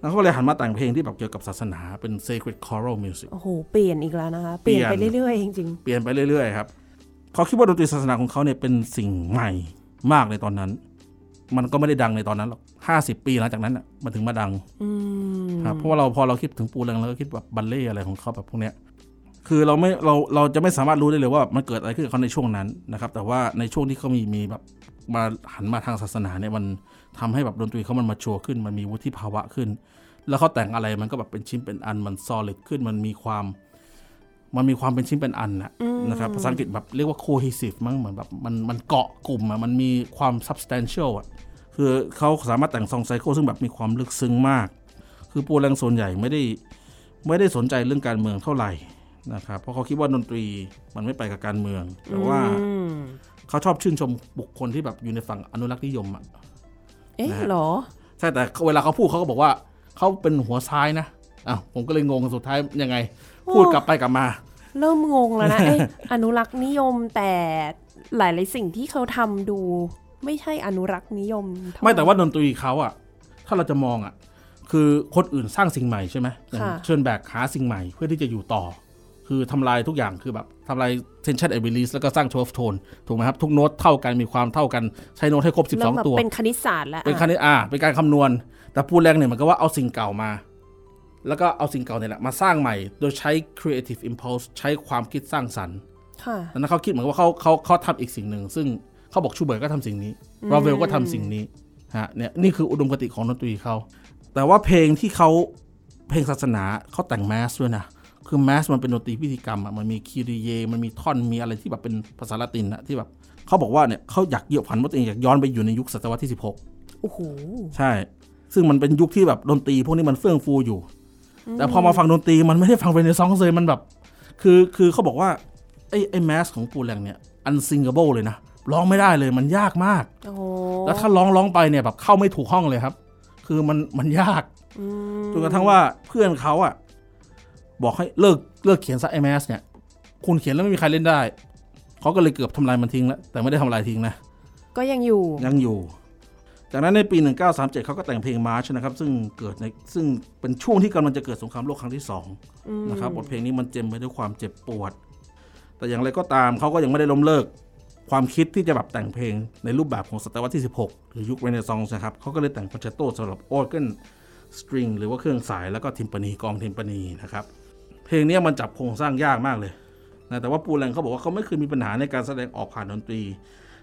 แล้วเขาก็เลยหันมาแต่งเพลงที่แบบเกี่ยวกับศาสนาเป็น sacred choral music โอ้โห เปลี่ยนอีกแล้วนะคะ เปลี่ยนไป เปลี่ยน เรื่อยๆ จริง เปลี่ยนไปเรื่อยๆครับเขาคิดว่าดนตรีศาสนาของเขาเนี่ยเป็นสิ่งใหม่มากในตอนนั้น มันก็ไม่ได้ดังในตอนนั้นหรอกห้าสิบปีหลังจากนั้นอะมันถึงมาดัง ๆ อืม ครับเพราะว่าเราพอเราคิดถึงปูแรงเราก็คิดแบบบัลเล่อะไรของเขาแบบพวกเนี้ยคือเราไม่เราเราจะไม่สามารถรู้ได้เลยว่ามันเกิดอะไรขึ้นกับเขาในช่วงนั้นนะครับ แต่ว่าในช่วงที่เขามีมีแบบมาหันมาทางศาสนาเนี่ยมันทำให้แบบดนตรีเขามันมาชัวร์ขึ้น มันมีวุฒิภาวะขึ้น แล้วเขาแต่งอะไรมันก็แบบเป็นชิ้นเป็นอันมันซอลิดขึ้นมันมีความ มันมีความเป็นชิ้นเป็นอันนะนะครับภาษาอังกฤษแบบเรียกว่า cohesive มั้งเหมือนแบบมันมันเกาะกลุ่มอะมันมีความ substantial อะคือเขาสามารถแต่งซองไซโคซึ่งแบบมีความลึกซึ้งมาก คือโปรแลนด์ส่วนใหญ่ไม่ได้ไม่ได้สนใจเรื่องการเมืองเท่าไหร่นะครับเพราะเขาคิดว่าดนตรีมันไม่ไปกับการเมืองแต่ว่า อืม เขาชอบชื่นชมบุคคลที่แบบอยู่ในฝั่งอนุรักษ์นิยมอะ เอ๊ะ นะฮะ เหรอ ใช่แต่เวลาเขาพูดเขาก็บอกว่าเขาเป็นหัวซ้ายนะอ่ะผมก็เลยงงสุดท้ายยังไง พูดกลับไปกลับมา เริ่มงง แล้วนะ เอ๊ะอนุรักษ์นิยมแต่หลายๆสิ่งที่เขาทำดู ไม่ใช่อนุรักษ์นิยมเท่หร่ ไม่แต่ว่าดนตรีเขาอะถ้าเราจะมองอะคือคนอื่นสร้างสิ่งใหม่ใช่ไหมอย่าง ค่ะ เชิญแบกหาสิ่งใหม่เพื่อที่จะอยู่ต่อ คือทำลายทุกอย่างคือแบบทำลายเซนชันเอเบลิสแล้วก็สร้างโชฟโทนถูกไหมครับ ทุกโน้ตเท่ากันมีความเท่ากันใช้โน้ตให้ครบ เริ่มแบบ 12 ตัว เป็นคณิตศาสตร์แล้ว เป็นคณิตอ่าเป็นการคำนวณ แต่พูดแรงเนี่ยมันก็ว่าเอาสิ่งเก่ามา แล้วก็เอาสิ่งเก่าเนี่ยแหละมาสร้างใหม่ โดยใช้ creative impulse ใช้ความคิดสร้างสรรค์ ค่ะ ดังนั้นเขาคิดเหมือนว่าเขาเขาเขาทำอีกสิ่งหนึ่ง ซึ่งเขาบอกชูเบิร์ตก็ทำสิ่งนี้ราเวลก็ทำสิ่งนี้ฮะเนี่ยนี่คืออุดมคติของดนตรีเขา แต่ว่าเพลงที่เขาเพลงศาสนาเขาแต่งแมสด้วยนะ คือแมสมันเป็นดนตรีพิธีกรรมอะมันมีคีรีเย มันมีท่อนมีอะไรที่แบบเป็นภาษาละตินนะที่แบบเขาบอกว่าเนี่ยเขาอยากเหยียบผันว่าตัวเองอยากย้อนไปอยู่ในยุคศตวรรษที่ 16 โอ้โห ใช่ ซึ่งมันเป็นยุคที่แบบดนตรีพวกนี้มันเฟื่องฟูอยู่ แต่พอมาฟังดนตรีมันไม่ได้ฟังเรเนซองส์เลยมันแบบ คือคือเขาบอกว่า ไอ้ไอ้แมสของปูแรงเนี่ยอันซิงเกิลเลยนะ ร้องไม่ได้เลยมันยากมาก โอ้โห แล้วถ้าร้องร้องไปเนี่ยแบบเข้าไม่ถูกห้องเลยครับ คือมันมันยากจนกระทั่งว่าเพื่อนเขาอะบอกให้เลิกเลิกเขียนซะไอ้แมสเนี่ย คุณเขียนแล้วไม่มีใครเล่นได้เขาก็เลยเกือบทำลายมันทิ้งแล้วแต่ไม่ได้ทำลายทิ้งนะ ก็ยังอยู่ ยังอยู่ จากนั้นในปี 1937 เขาก็แต่งเพลงมาร์ชนะครับ ซึ่งเกิดในซึ่งเป็นช่วงที่กำลังจะเกิดสงครามโลกครั้งที่สองนะครับบทเพลงนี้มันเจ็มไปด้วยความเจ็บปวด แต่อย่างไรก็ตามเขาก็ยังไม่ได้ล้มเลิก ความคิดที่จะแบบแต่งเพลงในรูปแบบของศตวรรษที่ 16 หรือยุคเรเนซองส์นะครับเขาก็เลยแต่งคอนแชตโตสำหรับออร์เกนสตริงหรือว่าเครื่องสายแล้วก็ทิมปานีกองทิมปานีนะครับ เพลงเนี้ยมันจับโครงสร้างยากมากเลยนะแต่ว่าปูแรงเขาบอกว่าเขาไม่เคยมีปัญหาในการแสดงออกผ่านดนตรี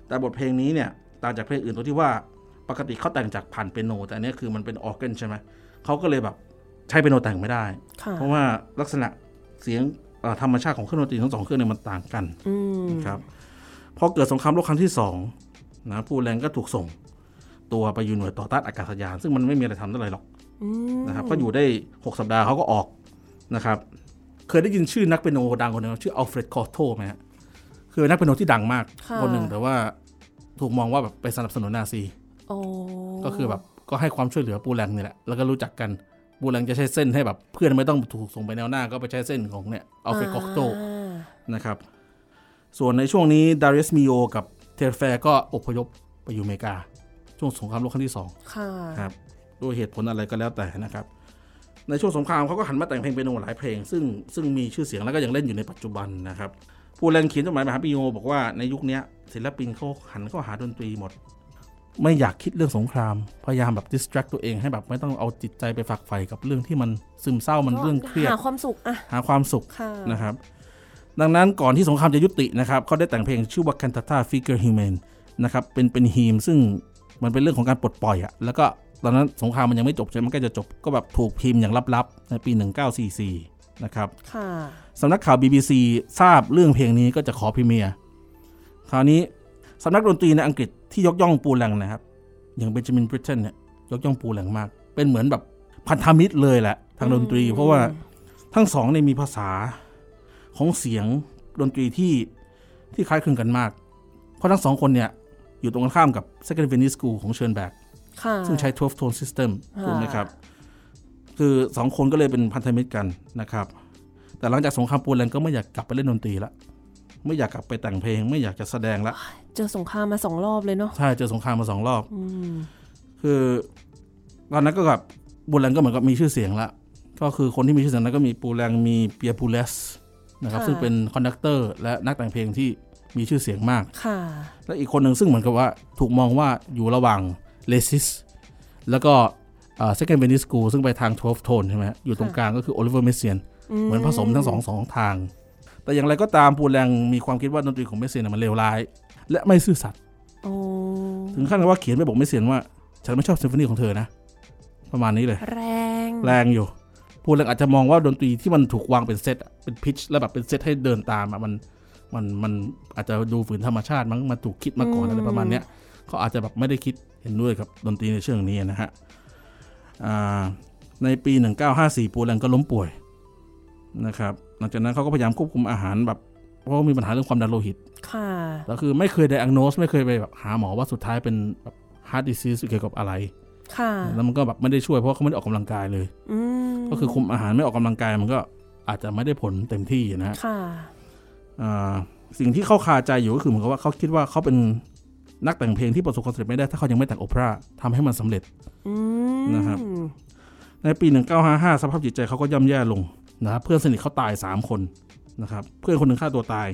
แต่บทเพลงนี้เนี่ยต่างจากเพลงอื่นตรงที่ว่าปกติเขาแต่งจากผ่านเปียโน แต่อันเนี้ยคือมันเป็นออร์แกนใช่ไหมเขาก็เลยแบบใช้เปียโนแต่งไม่ได้ ค่ะ เพราะว่าลักษณะเสียงเอ่อธรรมชาติของเครื่องดนตรีทั้งสองเครื่องเนี่ยมันต่างกัน อืม นะครับพอเกิดสงครามโลกครั้งที่สองนะผู้แรงก็ถูกส่ง ตัวไปอยู่หน่วยต่อต้านอากาศยาน ซึ่งมันไม่มีอะไรทำได้เลยหรอก อืม นะครับก็อยู่ได้ 6 สัปดาห์เขาก็ออกนะครับเคยได้ยินชื่อนักเปียโนดังคนหนึงชื่ออัลเฟรดคอร์โตไหมฮะคือนักเปียโนที่ดังมาก ค่ะ คนหนึ่งแต่ว่าถูกมองว่าแบบไปสนับสนุนนาซี โอ้ ก็คือแบบก็ให้ความช่วยเหลือปูแรงนี่แหละ แล้วก็รู้จักกันปูแรงจะใช้เส้นให้แบบเพื่อนไม่ต้องถูกส่งไปแนวหน้าก็ไปใช้เส้นของเนี่ยเอาเฟกอกโต า นะครับส่วนในช่วงนี้ดาริสมิโอกับเทรแฟร์ก็อพยพไปอยู่อเมริกา ช่วงสงครามโลกครั้งที่สอง ค่ะ ครับด้วยเหตุผลอะไรก็แล้วแต่นะครับ ในช่วงสงครามเขาก็หันมาแต่งเพลงเปียโนหลายเพลง ซึ่งซึ่งมีชื่อเสียงแล้วก็ยังเล่นอยู่ในปัจจุบันนะครับ ผู้แรงเขียนจดหมายมาหาปีโยบอกว่าในยุคเนี้ยศิลปินเขาหันเข้าหาดนตรีหมด ไม่อยากคิดเรื่องสงคราม พยายามแบบ distract ตัวเองให้แบบไม่ต้องเอาจิตใจไปฝักใฝ่กับเรื่องที่มันซึมเศร้ามันเรื่องเครียด หาความสุขอะ หาความสุข ค่ะ นะครับดังนั้นก่อนที่สงครามจะยุตินะครับเขาได้แต่งเพลงชื่อว่า Cantata Figure Human นะครับเป็นเป็นฮีมซึ่งมันเป็นเรื่องของการปลดปล่อยอะแล้วก็ตอนนั้นสงครามมันยังไม่จบใช่ไหมมันก็จะจบก็แบบถูกพิมพ์อย่างลับๆ ในปี 1944 นะครับ ค่ะ สำนักข่าว BBC ทราบเรื่องเพลงนี้ก็จะขอพรีเมียร์คราวนี้สำนักดนตรีในอังกฤษที่ยกย่องปูแหลงนะครับ อย่างเบนจามินบริตเทนเนี่ยยกย่องปูแหลงมาก เป็นเหมือนแบบพันธมิตรเลยแหละทางดนตรี เพราะว่า ทั้งสองเนี่ยมีภาษาของเสียงดนตรีที่ที่คล้ายคลึงกันมาก เพราะทั้งสองคนเนี่ย อยู่ตรงกันข้ามกับ Second Venice School ของเชิญแบก ค่ะ ซึ่งใช้ 12 tone system อ่า ถูกไหมครับ คือสองคนก็เลยเป็นพันธมิตรกันนะครับ แต่หลังจากสงครามโปูแลนด์ก็ไม่อยากกลับไปเล่นดนตรีละไม่อยากกลับไปแต่งเพลง ไม่อยากจะแสดงละ เจอสงครามมาสองรอบเลยเนาะ ใช่เจอสงครามมาสองรอบ อืม คือตอนนั้นก็แบบบูแรงก็เหมือนกับมีชื่อเสียงละก็คือคนที่มีชื่อเสียงนั้นก็มีปูแรงมีเปียปูเลสนะครับ ค่ะ ซึ่งเป็นคอนดักเตอร์และนักแต่งเพลงที่มีชื่อเสียงมาก ค่ะ และอีกคนหนึ่งซึ่งเหมือนกับว่าถูกมองว่าอยู่ระหว่างเลซิสแล้วก็เซคันด์เวนิสกูซึ่งไปทางทวฟโทนใช่ไหมฮะอยู่ตรงกลางก็คือโอลิเวอร์เมเซียนเหมือนผสมทั้งสองสองทาง แต่อย่างไรก็ตามปูแรงมีความคิดว่าดนตรีของเมเซียนนะมันเลวร้าย และไม่ซื่อสัตย์ โอ้ ถึงขั้นกับว่าเขียนไปบอกไม่เสียนว่า ฉันไม่ชอบซิมโฟนีของเธอนะ ประมาณนี้เลย แรง แรงอยู่ พูดแล้วอาจจะมองว่าดนตรีที่มันถูกวางเป็นเซตอะเป็นพิชแล้วแบบเป็นเซตให้เดินตามอะมันมันมันอาจจะดูฝืนธรรมชาติมั้งมันถูกคิดมาก่อนอะไรประมาณเนี้ยเขาอาจจะแบบไม่ได้คิดเห็นด้วยกับดนตรีในเชิงนี้นะฮะอ่าในปี 1954 ปูแลงก็ล้มป่วยนะครับหลังจากนั้นเขาก็พยายามควบคุมอาหารแบบเพราะว่ามีปัญหาเรื่องความดันโลหิต ค่ะ แล้วคือไม่เคย diagnose ไม่เคยไปแบบหาหมอว่าสุดท้ายเป็นแบบ heart disease เกี่ยวกับอะไร ค่ะ แล้วมันก็แบบไม่ได้ช่วยเพราะเขาไม่ได้ออกกำลังกายเลย อืม ก็คือคุมอาหารไม่ออกกำลังกายมันก็อาจจะไม่ได้ผลเต็มที่นะฮะ ค่ะ อ่าสิ่งที่เขาคาใจอยู่ก็คือเหมือนกับว่าเขาคิดว่าเขาเป็นนักแต่งเพลงที่ประสบความสำเร็จไม่ได้ถ้าเขายังไม่แต่งโอเปร่าทำให้มันสำเร็จ อืม นะครับ ในปี 1955 สภาพจิตใจเขาก็ย่ำแย่ลงนะครับเพื่อนสนิทเขาตาย 3 คนนะครับเพื่อนคนหนึ่งฆ่าตัวตาย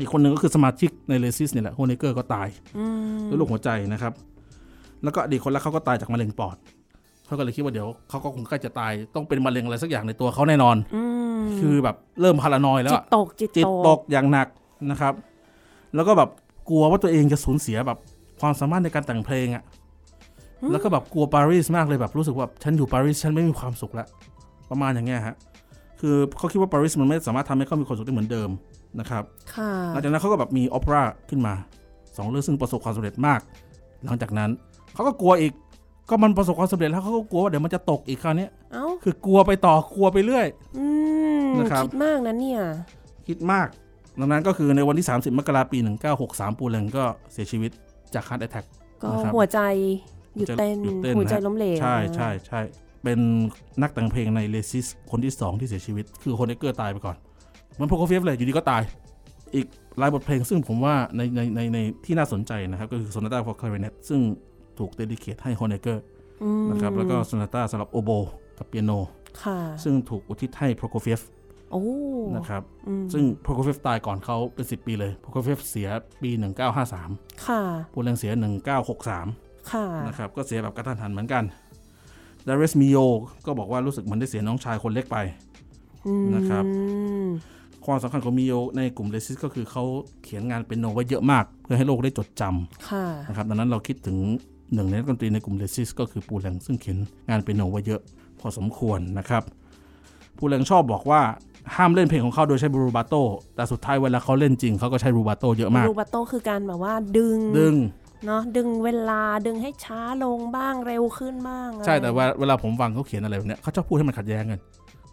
อีกคนหนึ่งก็คือสมาชิกในเลซิสเนี่ยแหละโฮเนเกอร์ก็ตาย อืม ด้วยโรคหัวใจนะครับ แล้วก็อดีตคนรักเขาก็ตายจากมะเร็งปอด เขาก็เลยคิดว่าเดี๋ยวเขาก็คงใกล้จะตาย ต้องเป็นมะเร็งอะไรสักอย่างในตัวเขาแน่นอน อืม คือแบบเริ่มพารานอยแล้ว จิต อะ ตกจิต จิต ต ต ก กอย่างหนักนะครับ แล้วก็แบบกลัวว่าตัวเองจะสูญเสียแบบความสามารถในการแต่งเพลงอะแล้วก็แบบกลัวปารีสมากเลยแบบรู้สึกว่าฉันอยู่ปารีสฉันไม่มีความสุขละประมาณอย่างเงี้ยฮะ คือเขาคิดว่าปารีสมันไม่สามารถทำให้เขามีความสุขได้เหมือนเดิมนะครับ ค่ะ หลังจากนั้นเขาก็แบบมีออเปร่าขึ้นมาสองเรื่องซึ่งประสบความสำเร็จมาก หลังจากนั้นเขาก็กลัวอีกก็มันประสบความสำเร็จแล้วเขาก็กลัวว่าเดี๋ยวมันจะตกอีกคราวเนี้ย เอ้า คือกลัวไปต่อกลัวไปเรื่อย อืม นะครับ คิดมากนะเนี่ย คิดมากดังนั้นก็คือในวันที่ 30 มกราปี 1963 ปูแลงก็เสียชีวิตจากฮาร์ดแอทแทก ก็ นะครับ หัวใจหยุดเต้น หยุดเต้น หัวใจ นะ ล้มเหลว ใช่ใช่ใช่เป็นนักแต่งเพลงในเลซิสคนที่ 2 ที่เสียชีวิต คือคนเนเกอร์ตายไปก่อนเหมันโพโคเฟียฟเลยอยู่ดีก็ตาย อีกลายบทเพลงซึ่งผมว่าในในในในที่น่าสนใจนะครับ ก็คือโซนาต้า for clarinet ซึ่งถูกเดดิเคทให้โฮเนเกอร์ อืม นะครับแล้วก็โซนาต้าสำหรับโอโบกับเปียโน ค่ะ ซึ่งถูกอุทิศให้โพโคเฟียฟ โอ้ นะครับ อืม ซึ่งโพโคเฟียฟตายก่อนเขาเป็น 10 ปีเลยโพโคเฟียฟเสียปี 1953 ค่ะ ปูแลงเสีย 1963 ค่ะ นะครับก็เสียแบบกระทันหันเหมือนกันดาริสมิโยก็บอกว่ารู้สึกเหมือนได้เสียน้องชายคนเล็กไป นะครับ อืม ความสำคัญของมิโยในกลุ่มเลซิสก็คือเขาเขียนงานเป็นโนไว้เยอะมาก เพื่อให้โลกได้จดจ ค่ะ ำนะครับดังนั้นเราคิดถึงหนึ่งในนักดนตรีในกลุ่มเลซิสก็คือปูแลงซึ่งเขียนงานเป็นโนไว้เยอะพอสมควรนะครับปูแลงชอบบอกว่าห้ามเล่นเพลงของเขาโดยใช้บรูบาโตแต่สุดท้ายเวลาเขาเล่นจริงเขาก็ใช้บรูบาโตเยอะมาก รูบัตโตคือการแบบว่าดึง ดึง เนาะดึงเวลาดึงให้ช้าลงบ้างเร็วขึ้นบ้าง ใช่ อะไร แต่ว่าเวลาผมฟังเขาเขียนอะไรแบบเนี้ยเขาชอบพูดให้มันขัดแย้งกัน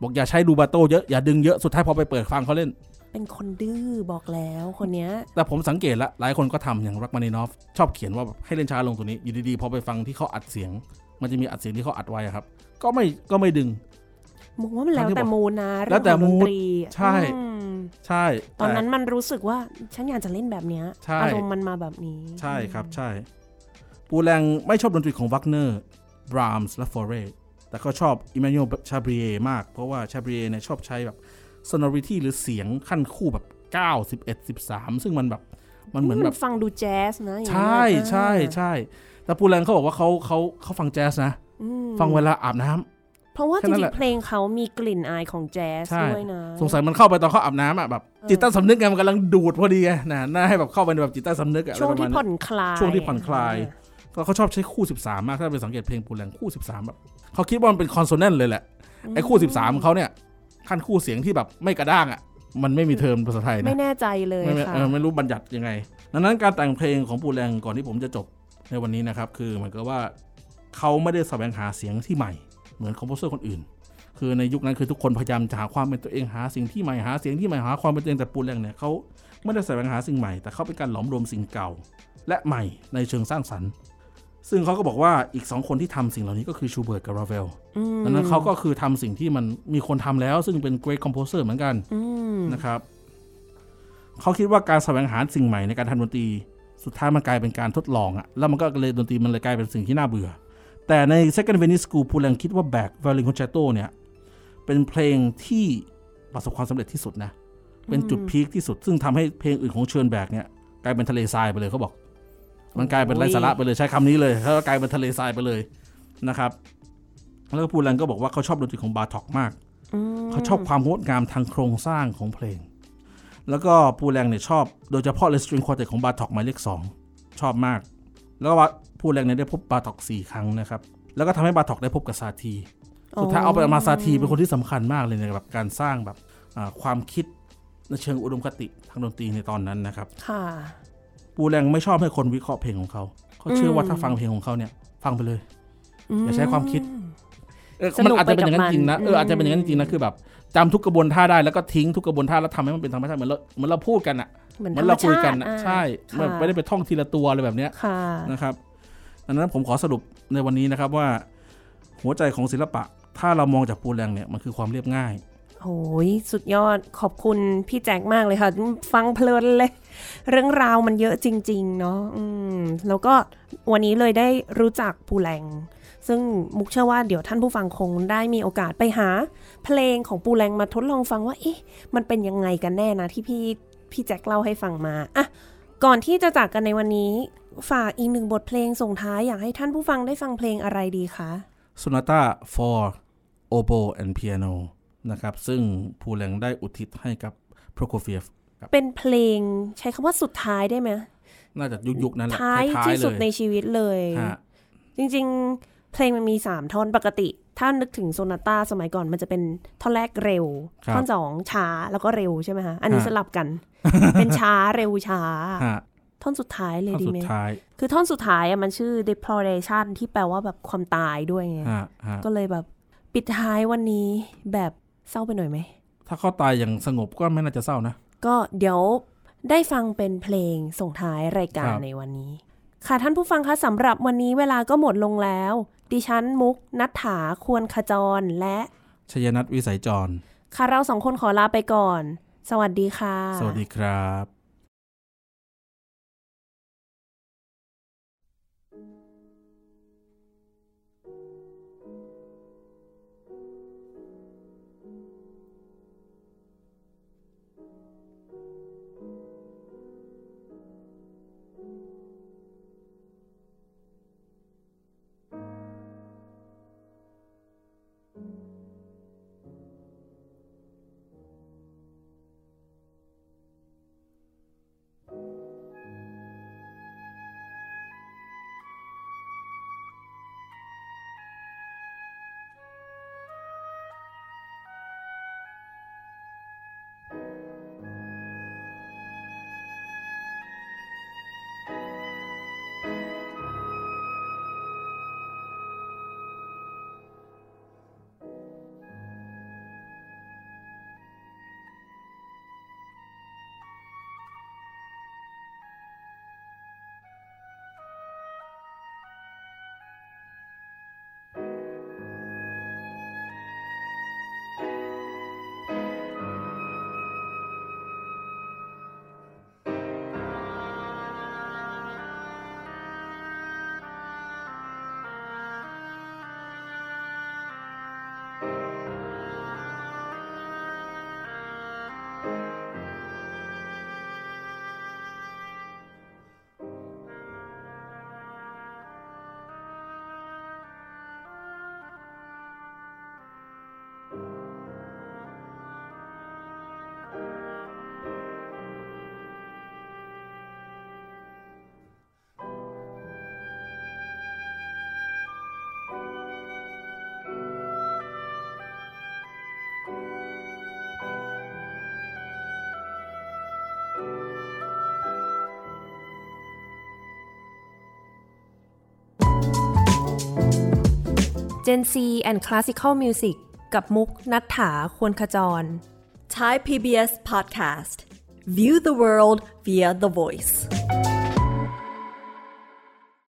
บอกอย่าใช้ดูบาโต้เยอะอย่าดึงเยอะสุดท้ายพอไปเปิดฟังเขาเล่น เป็นคนดื้อบอกแล้วคนเนี้ย แต่ผมสังเกตละหลายคนก็ทำอย่างรักมานีนอฟ ชอบเขียนว่าแบบให้เล่นช้าลงตัวนี้ อยู่ดีๆ พอไปฟังที่เขาอัดเสียง มันจะมีอัดเสียงที่เขาอัดไว้อะครับ ก็ไม่ก็ไม่ดึง มองว่ามันแล้วแต่มูดนะ แล้วแต่ เรื่องของ มูดดนตรี ใช่ อืม ใช่ ตอน แ นั้นมันรู้สึกว่าฉันอยากจะเล่นแบบเนี้ย ใช่ อารมณ์มันมาแบบนี้ ใช่ครับใช่ ปูแรงไม่ชอบดนตรีของวัคเนอร์บรามส์และฟอเรแต่เขาชอบอิม n น l ชาบรีเอมาก เพราะว่าชาบรีเอเนี่ยชอบใช้แบบ sonority หรือเสียงขั้นคู่แบบ 9 11 13 ซึ่งมันแบบมันเหมือนแบบ นฟังดูแจ๊สนะอย่าง ใช เงี้ย่ ใช่ใช่แต่ปูแรงเขาบอกว่าเขาเขาเขาฟังแจ๊สนะ อืม ฟังเวลาอาบน้ำ เพราะว่า แค่ จ นั้น ริ แห ง ละ ๆ เพลงเขามีกลิ่นอายของแจ๊ส ใช่ ด้วยนะ สงสัยมันเข้าไปตอนเขาอาบน้ำอ่ะแบบจิตใต้สำนึกไงมันกำลังดูดพอดีไงนะน่าให้แบบเข้าไปในแบบจิตใต้สำนึกอะอะไร ช่วง ประมา ที่ ณนั้ผ่อน นคลาย ช่วงที่ผ่อนคลาย แล้วเขาชอบใช้คู่ 13 มาก ถ้าไปสังเกตเพลงปูแรงคู่ 13แบบเขาคิดว่ามันเป็นคอนโซเนนต์เลยแหละ ไอ้คู่ 13ของเขาเนี่ยขั้นคู่เสียงที่แบบไม่กระด้างอ่ะมันไม่มีเทอมภาษาไทย อ่า นะ ไม่แน่ใจเลย ไม่ไม่ ค่ะ เออไม่รู้บัญญัติยังไง ดังนั้นการแต่งเพลงของปูแรงก่อนที่ผมจะจบในวันนี้นะครับ คือเหมือนกับว่าเขาไม่ได้แสวงหาเสียงที่ใหม่ เหมือนคอมโพเซอร์คนอื่น คือในยุคนั้นคือทุกคนพยายามจะหาความเป็นตัวเองหาสิ่งที่ใหม่หาเสียงที่ใหม่หาความเป็นตัวเองแต่ปูแรงเนี่ยเขาไม่ได้แสวงหาสิ่งใหม่แต่เขาเป็นการหลอมรวมสิ่งเก่า และใหม่ในเชิงสร้างสรรค์ ซึ่งเขาก็บอกว่าอีกสองคนที่ทำสิ่งเหล่านี้ก็คือชูเบิร์ตกับราเวล ม ดังนั้นเขาก็คือทำสิ่งที่มันมีคนทำแล้ว ซึ่งเป็นเกรทคอมโพเซอร์เหมือนกัน อืม นะครับเขาคิดว่าการแสวงหาสิ่งใหม่ในการทำดนตรี สุดท้ายมันกลายเป็นการทดลองอะแล้วมันก็เลยดนตรีมันเลยกลายเป็นสิ่งที่น่าเบื่อ แต่ใน Second Venice School ปูแลงคิดว่าแบก Violin Concerto เนี่ย เป็นเพลงที่ประสบความสำเร็จที่สุดนะ เป็นจุดพีคที่สุด ซึ่งทำให้เพลงอื่นของเชิญแบกเนี่ยกลายเป็นทะเลทรายไปเลยเขาบอก มันกลายเป็นไร้สาระไปเลยใช้คำนี้เลยแล้วก็กลายเป็นทะเลทรายไปเลยนะครับ แล้วก็ปูแลงก็บอกว่าเขาชอบดนตรีของบาท็อกมาก อืม เขาชอบความงดงามทางโครงสร้างของเพลง แล้วก็ปูแรงเนี่ยชอบโดยเฉพาะเลยสตริงควอเตของบาท็อกหมายเลขสองชอบมาก แล้วก็ว่าปูแรงเนี่ยได้พบบาท็อกสี่ครั้งนะครับ แล้วก็ทำให้บาท็อกได้พบกับซาที สุดท้ายเอาไปเอามาซาทีเป็นคนที่สำคัญมากเลยในแบบการสร้างแบบอ่าความคิดในเชิงอุดมคติทางดนตรีในตอนนั้นนะครับ ค่ะ ปูแรงไม่ชอบให้คนวิเคราะห์เพลงของเขา เขาเชื่อว่าถ้าฟังเพลงของเขาเนี่ย ฟังไปเลย อย่าใช้ความคิดเออ สนุ มัน ก อาจจะเป็นอย่างนั้น ไปกับมัน จริงนะเออ ม อาจจะเป็นอย่างนั้นจริงนะคือแบบจำทุกกระบวนท่าได้แล้วก็ทิ้งทุกกระบวนท่าแล้วทำให้มันเป็นธรรมชาติเหมือนเราเหมือนเราพูดกันอะ เหมือน เห ธ มื ร อน รม เราคุย ชา กัน ติ อะ อ่ะ ใช่ไม่ไม่ได้ไปท่องทีละตัวอะไรแบบเนี้ย ค่ะ นะครับดังนั้นผมขอสรุปในวันนี้นะครับว่าหัวใจของศิลปะ ถ้าเรามองจากปูแรงเนี่ยมันคือความเรียบง่าย โอ้ยสุดยอดขอบคุณพี่แจ็คมากเลยค่ะ ฟังเพลินเลย เรื่องราวมันเยอะจริง ๆ เนาะอืมแล้วก็วันนี้เลยได้รู้จักปูแรง ซึ่งมุกเชื่อว่าเดี๋ยวท่านผู้ฟังคงได้มีโอกาสไปหา เพลงของปูแรงมาทดลองฟังว่าเอ๊ะมันเป็นยังไงกันแน่นะที่พี่พี่แจ็คเล่าให้ฟังมาอ่ะก่อนที่จะจากกันในวันนี้ ฝากอีกหนึ่งบทเพลงส่งท้ายอยากให้ท่านผู้ฟังได้ฟังเพลงอะไรดีคะ Sonata for Oboe and Piano นะครับซึ่งปูแรงได้อุทิศให้กับ Prokofiev ครับ เป็นเพลงใช้คำว่าสุดท้ายได้ไหม น่าจะยุคๆนั้นแหละ ท้าย ท้าย ที่ ๆเล สุดใน ย ชีวิตเลย ฮะ จริงๆ เพลงมันมี 3 ท่อนปกติ ถ้านึกถึงโซนาต้าสมัยก่อนมันจะเป็นท่อนแรกเร็ว ท่อนสองช้าแล้วก็เร็วใช่ไหมคะอันนี้สลับกัน เป็นช้าเร็วช้า ฮะ ท่อนสุดท้ายเลย ท่อน ดี สุ ไหม ดท้าย คือท่อนสุดท้ายอะมันชื่อ deploration ที่แปลว่าแบบความตายด้วยไง ฮะฮะ ก็เลยแบบปิดท้ายวันนี้แบบเศร้าไปหน่อยไหม ถ้าเขาตายอย่างสงบก็ไม่น่าจะเศร้านะ ก็เดี๋ยวได้ฟังเป็นเพลงส่งท้ายรายการ ครับ ในวันนี้ ค่ะท่านผู้ฟังคะสำหรับวันนี้เวลาก็หมดลงแล้ว ดิฉันมุกนัฐถาควรขจรและ ชยนัทวิสัยจร ค่ะเราสองคนขอลาไปก่อน สวัสดีค่ะ สวัสดีครับ Gen C and Classical Music กับมุกนัฐถาควรขจร Thai PBS podcast. View the world via the voice.